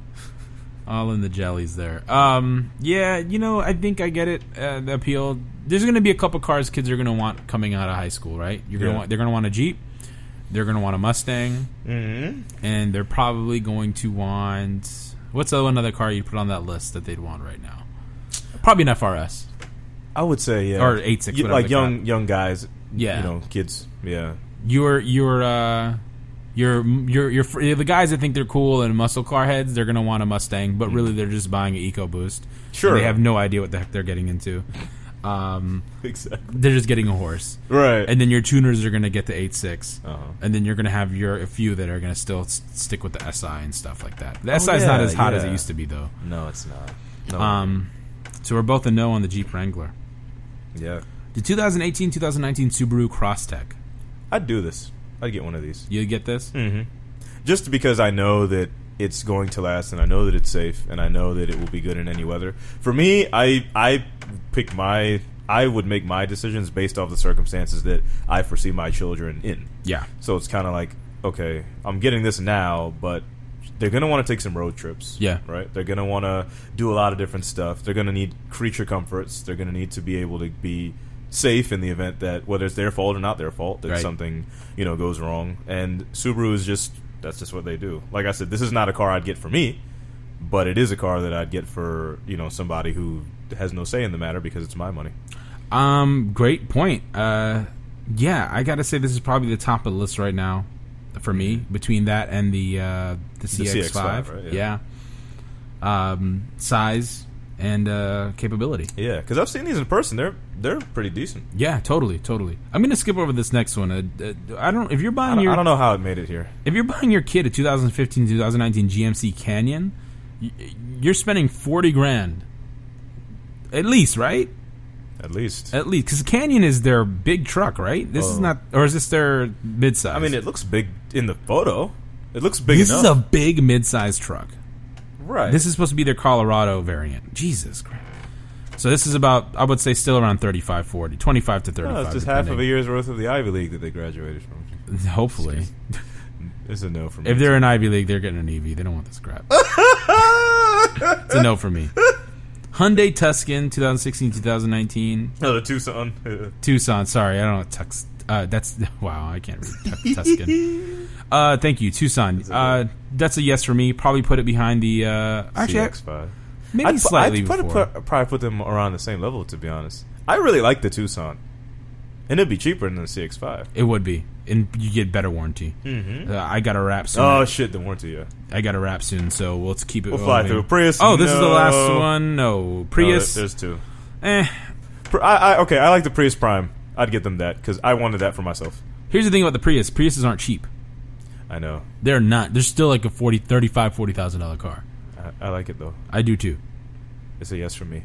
Speaker 1: all in the jellies there. Um, yeah, you know, I think I get it. Uh, the appeal. There's going to be a couple cars kids are going to want coming out of high school, right? You're going to
Speaker 2: Yeah.
Speaker 1: want. They're going to want a Jeep. They're going to want a Mustang, and they're probably going to want. What's the another car you'd put on that list that they'd want right now? Probably an FRS.
Speaker 2: I would say yeah,
Speaker 1: Or 8.6,
Speaker 2: You-
Speaker 1: whatever
Speaker 2: like
Speaker 1: they call
Speaker 2: young young guys.
Speaker 1: Yeah.
Speaker 2: you know, kids. Yeah,
Speaker 1: Your your uh, your your your fr- the guys that think they're cool and muscle car heads, they're gonna want a Mustang, but really they're just buying an EcoBoost.
Speaker 2: Sure.
Speaker 1: they have no idea what the heck they're getting into. Um,
Speaker 2: exactly.
Speaker 1: they're just getting a horse,
Speaker 2: Right.
Speaker 1: and then your tuners are gonna get the 86
Speaker 2: Uh-huh.
Speaker 1: and then you're gonna have your a few that are gonna still s- stick with the SI and stuff like that. The SI is not
Speaker 2: Oh, yeah,
Speaker 1: as hot as it
Speaker 2: yeah.
Speaker 1: used to be though.
Speaker 2: no, it's not. No.
Speaker 1: Um, so we're both a no on the Jeep Wrangler.
Speaker 2: yeah,
Speaker 1: The 2018-2019 Subaru Crosstech.
Speaker 2: I'd do this. I'd get one of these.
Speaker 1: You get this?
Speaker 2: Hmm. just because I know that it's going to last, and I know that it's safe, and I know that it will be good in any weather. For me, I I pick my I would make my decisions based off the circumstances that I foresee my children in.
Speaker 1: Yeah.
Speaker 2: So it's kind of like okay, I'm getting this now, but they're gonna want to take some road trips.
Speaker 1: Yeah.
Speaker 2: right. They're gonna want to do a lot of different stuff. They're gonna need creature comforts. They're gonna need to be able to be safe in the event that whether it's their fault or not their fault that
Speaker 1: Right.
Speaker 2: something you know goes wrong. And Subaru is just that's just what they do. Like I said, this is not a car I'd get for me, but it is a car that I'd get for you know somebody who has no say in the matter because it's my money.
Speaker 1: Um, great point. Uh, yeah, I gotta say this is probably the top of the list right now for me
Speaker 2: Mm-hmm.
Speaker 1: between that and the uh, the CX5.
Speaker 2: CX-5, right,
Speaker 1: yeah.
Speaker 2: yeah.
Speaker 1: Um, size and uh, capability.
Speaker 2: Yeah, because I've seen these in person. They're they're pretty decent.
Speaker 1: Yeah, totally, totally. I'm gonna skip over this next one. Uh, uh, I don't if you're
Speaker 2: I
Speaker 1: buying
Speaker 2: don't,
Speaker 1: your
Speaker 2: I don't know how it made it here.
Speaker 1: if you're buying your kid a 2015 2019 GMC Canyon, y- you're spending forty grand at least, right?
Speaker 2: At least
Speaker 1: At least because Canyon is their big truck, right? This is
Speaker 2: Oh.
Speaker 1: not, or is this their midsize?
Speaker 2: I mean, it looks big in the photo. It looks big
Speaker 1: This is a
Speaker 2: enough.
Speaker 1: big mid-sized truck.
Speaker 2: right.
Speaker 1: This is supposed to be their Colorado variant. Jesus Christ. So this is about, I would say, still around 35, 40, 25 to 35.
Speaker 2: No, it's just half of a
Speaker 1: depending.
Speaker 2: year's worth of the Ivy League that they graduated from.
Speaker 1: Hopefully.
Speaker 2: It's a no for me.
Speaker 1: If they're in Ivy League, they're getting an EV. They don't want this crap. it's a no for me. Hyundai Tuscan 2016 2019.
Speaker 2: no, the Tucson.
Speaker 1: Tucson. Sorry, I don't know. Tux, uh, that's wow. I can't read tu- Tuscan. Uh, thank you, Tucson. Uh, that's a yes for me. Probably put it behind the uh, actually I-
Speaker 2: CX5.
Speaker 1: maybe
Speaker 2: I'd, pu-
Speaker 1: slightly
Speaker 2: I'd probably
Speaker 1: before.
Speaker 2: put, probably put them around the same level, to be honest. I really like the Tucson. And it'd be cheaper than the CX5.
Speaker 1: It would be, and you get better warranty. Mm-hmm. Uh, I got a wrap soon.
Speaker 2: Oh shit, the warranty. Yeah.
Speaker 1: I got a wrap soon, so we'll let's keep it.
Speaker 2: We'll fly
Speaker 1: moving.
Speaker 2: through. Prius,
Speaker 1: Oh, this is the
Speaker 2: no. Oh,
Speaker 1: last one. No, Prius.
Speaker 2: No, there's two.
Speaker 1: eh.
Speaker 2: Pri- I, I, okay, I like the Prius Prime. I'd get them that because I wanted that for myself.
Speaker 1: Here's the thing about the Prius. Priuses aren't cheap.
Speaker 2: I know.
Speaker 1: They're not. They're still like a 40, 35, 40 thousand dollar car.
Speaker 2: I, I like it though.
Speaker 1: I do too.
Speaker 2: It's a yes for me.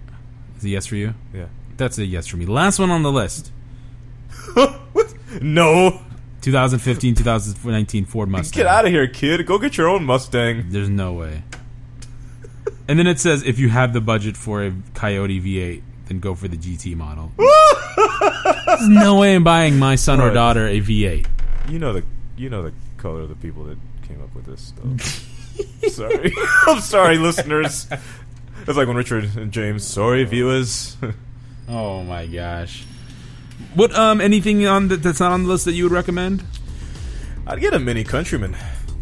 Speaker 1: Is a yes for you?
Speaker 2: Yeah.
Speaker 1: That's a yes for me. Last one on the list.
Speaker 2: what? No.
Speaker 1: 2015, 2019 Ford Mustang.
Speaker 2: Get out of here, kid. Go get your own Mustang.
Speaker 1: There's no way. And then it says if you have the budget for a Coyote V8, then go for the GT model. There's no way I'm buying my son or
Speaker 2: Right.
Speaker 1: daughter a V8.
Speaker 2: You know the you know the color of the people that came up with this stuff. sorry. I'm sorry, listeners. It's like when Richard and James. Sorry, viewers.
Speaker 1: Oh my gosh. What um anything on that that's not on the list that you would recommend?
Speaker 2: I'd get a Mini Countryman.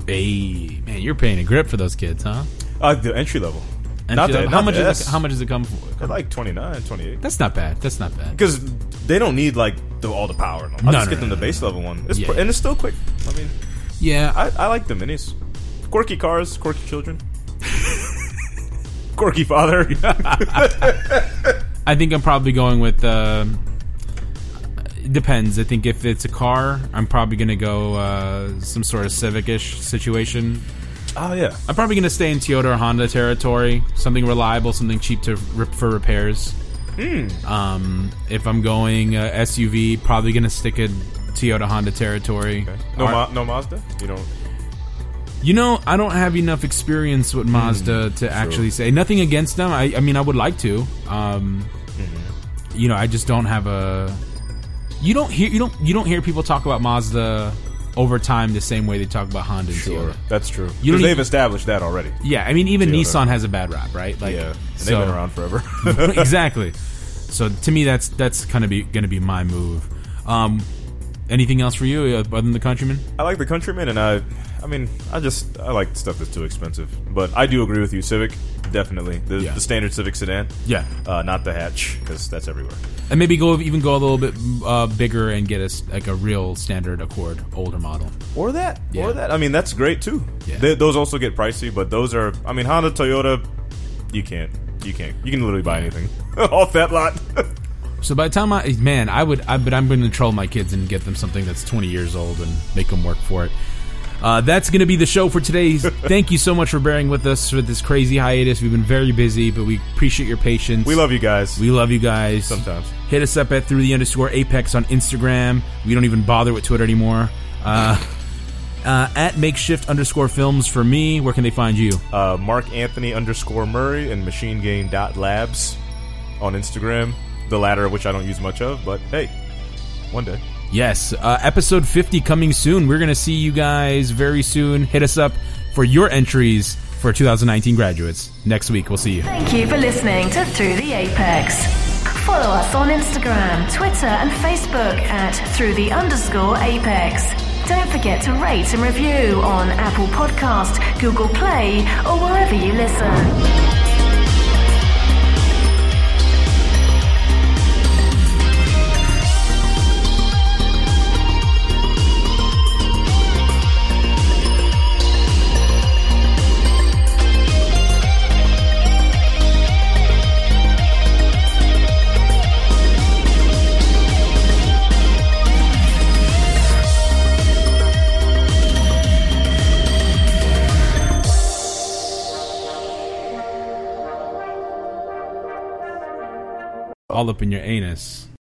Speaker 1: Hey, man, you're paying a grip for those kids, huh?
Speaker 2: Uh, the entry level.
Speaker 1: And
Speaker 2: Not
Speaker 1: she-
Speaker 2: that-
Speaker 1: how
Speaker 2: not
Speaker 1: much
Speaker 2: the
Speaker 1: is
Speaker 2: S.
Speaker 1: it, how much does it come for?
Speaker 2: They're like 29, 28.
Speaker 1: That's not bad. That's not bad.
Speaker 2: Because they don't need like the, all the power. and all. I'll
Speaker 1: No,
Speaker 2: just
Speaker 1: no,
Speaker 2: get
Speaker 1: no,
Speaker 2: them
Speaker 1: no,
Speaker 2: the base level one. It's
Speaker 1: Yeah.
Speaker 2: pr- and it's still quick. I mean,
Speaker 1: Yeah,
Speaker 2: I, I like the minis. Quirky cars, quirky children. quirky father.
Speaker 1: I think I'm probably going with. um it depends. I think if it's a car, I'm probably going to go uh, some sort of civic-ish situation.
Speaker 2: oh yeah.
Speaker 1: I'm probably going to stay in Toyota or Honda territory. Something reliable, something cheap to rip for repairs. Um, if I'm going uh, SUV, probably going to stick in Toyota Honda territory.
Speaker 2: No,
Speaker 1: Or-
Speaker 2: Ma- no Mazda. You know.
Speaker 1: You know, I don't have enough experience
Speaker 2: Hmm.
Speaker 1: with Mazda to actually say nothing against them. I, I mean, I would like to. Um,
Speaker 2: Mm-hmm.
Speaker 1: You know, I just don't have a. You don't hear you don't you don't hear people talk about Mazda over time the same way they talk about Honda. and Toyota.
Speaker 2: That's true.
Speaker 1: You don't
Speaker 2: Because they've
Speaker 1: need-
Speaker 2: established that already.
Speaker 1: Yeah, I mean, even
Speaker 2: Toyota.
Speaker 1: Nissan has a bad rap, right? Like,
Speaker 2: Yeah. And
Speaker 1: so-
Speaker 2: they've been around forever.
Speaker 1: exactly. So to me, that's that's kind of be going to be my move. Um, anything else for you uh, other than the Countryman?
Speaker 2: I like the Countryman, and I, I mean, I just I like stuff that's too expensive. But I do agree with you, Civic. Definitely the,
Speaker 1: Yeah.
Speaker 2: the standard Civic sedan.
Speaker 1: Yeah.
Speaker 2: Uh, not the hatch because that's everywhere.
Speaker 1: and maybe go even go a little bit uh, bigger and get us like a real standard Accord older model.
Speaker 2: Or that.
Speaker 1: Yeah.
Speaker 2: Or that. I mean, that's great too.
Speaker 1: Yeah.
Speaker 2: They, those also get pricey, but those are. I mean, Honda, Toyota. You can't. You can't. You can literally buy anything off that lot.
Speaker 1: So by the time I man, I would, I, but I'm going to troll my kids and get them something that's 20 years old and make them work for it. Uh, that's going to be the show for today. Thank you so much for bearing with us with this crazy hiatus. We've been very busy, but we appreciate your patience.
Speaker 2: we love you guys.
Speaker 1: We love you guys.
Speaker 2: Sometimes.
Speaker 1: Hit us up at through the underscore apex on Instagram. We don't even bother with Twitter anymore. Uh, uh, at makeshift underscore films for me. Where can they find you?
Speaker 2: uh, Mark Anthony underscore Murray and Machine Gain dot Labs on Instagram. The latter of which I don't use much of, but hey, one day.
Speaker 1: Yes, uh, episode 50 coming soon. We're going to see you guys very soon. Hit us up for your entries for 2019 graduates. Next week, we'll see you.
Speaker 7: Thank you for listening to Through the Apex. Follow us on Instagram, Twitter, and Facebook at Through the underscore Apex. Don't forget to rate and review on Apple Podcast, Google Play, or wherever you listen.
Speaker 1: All up in your anus.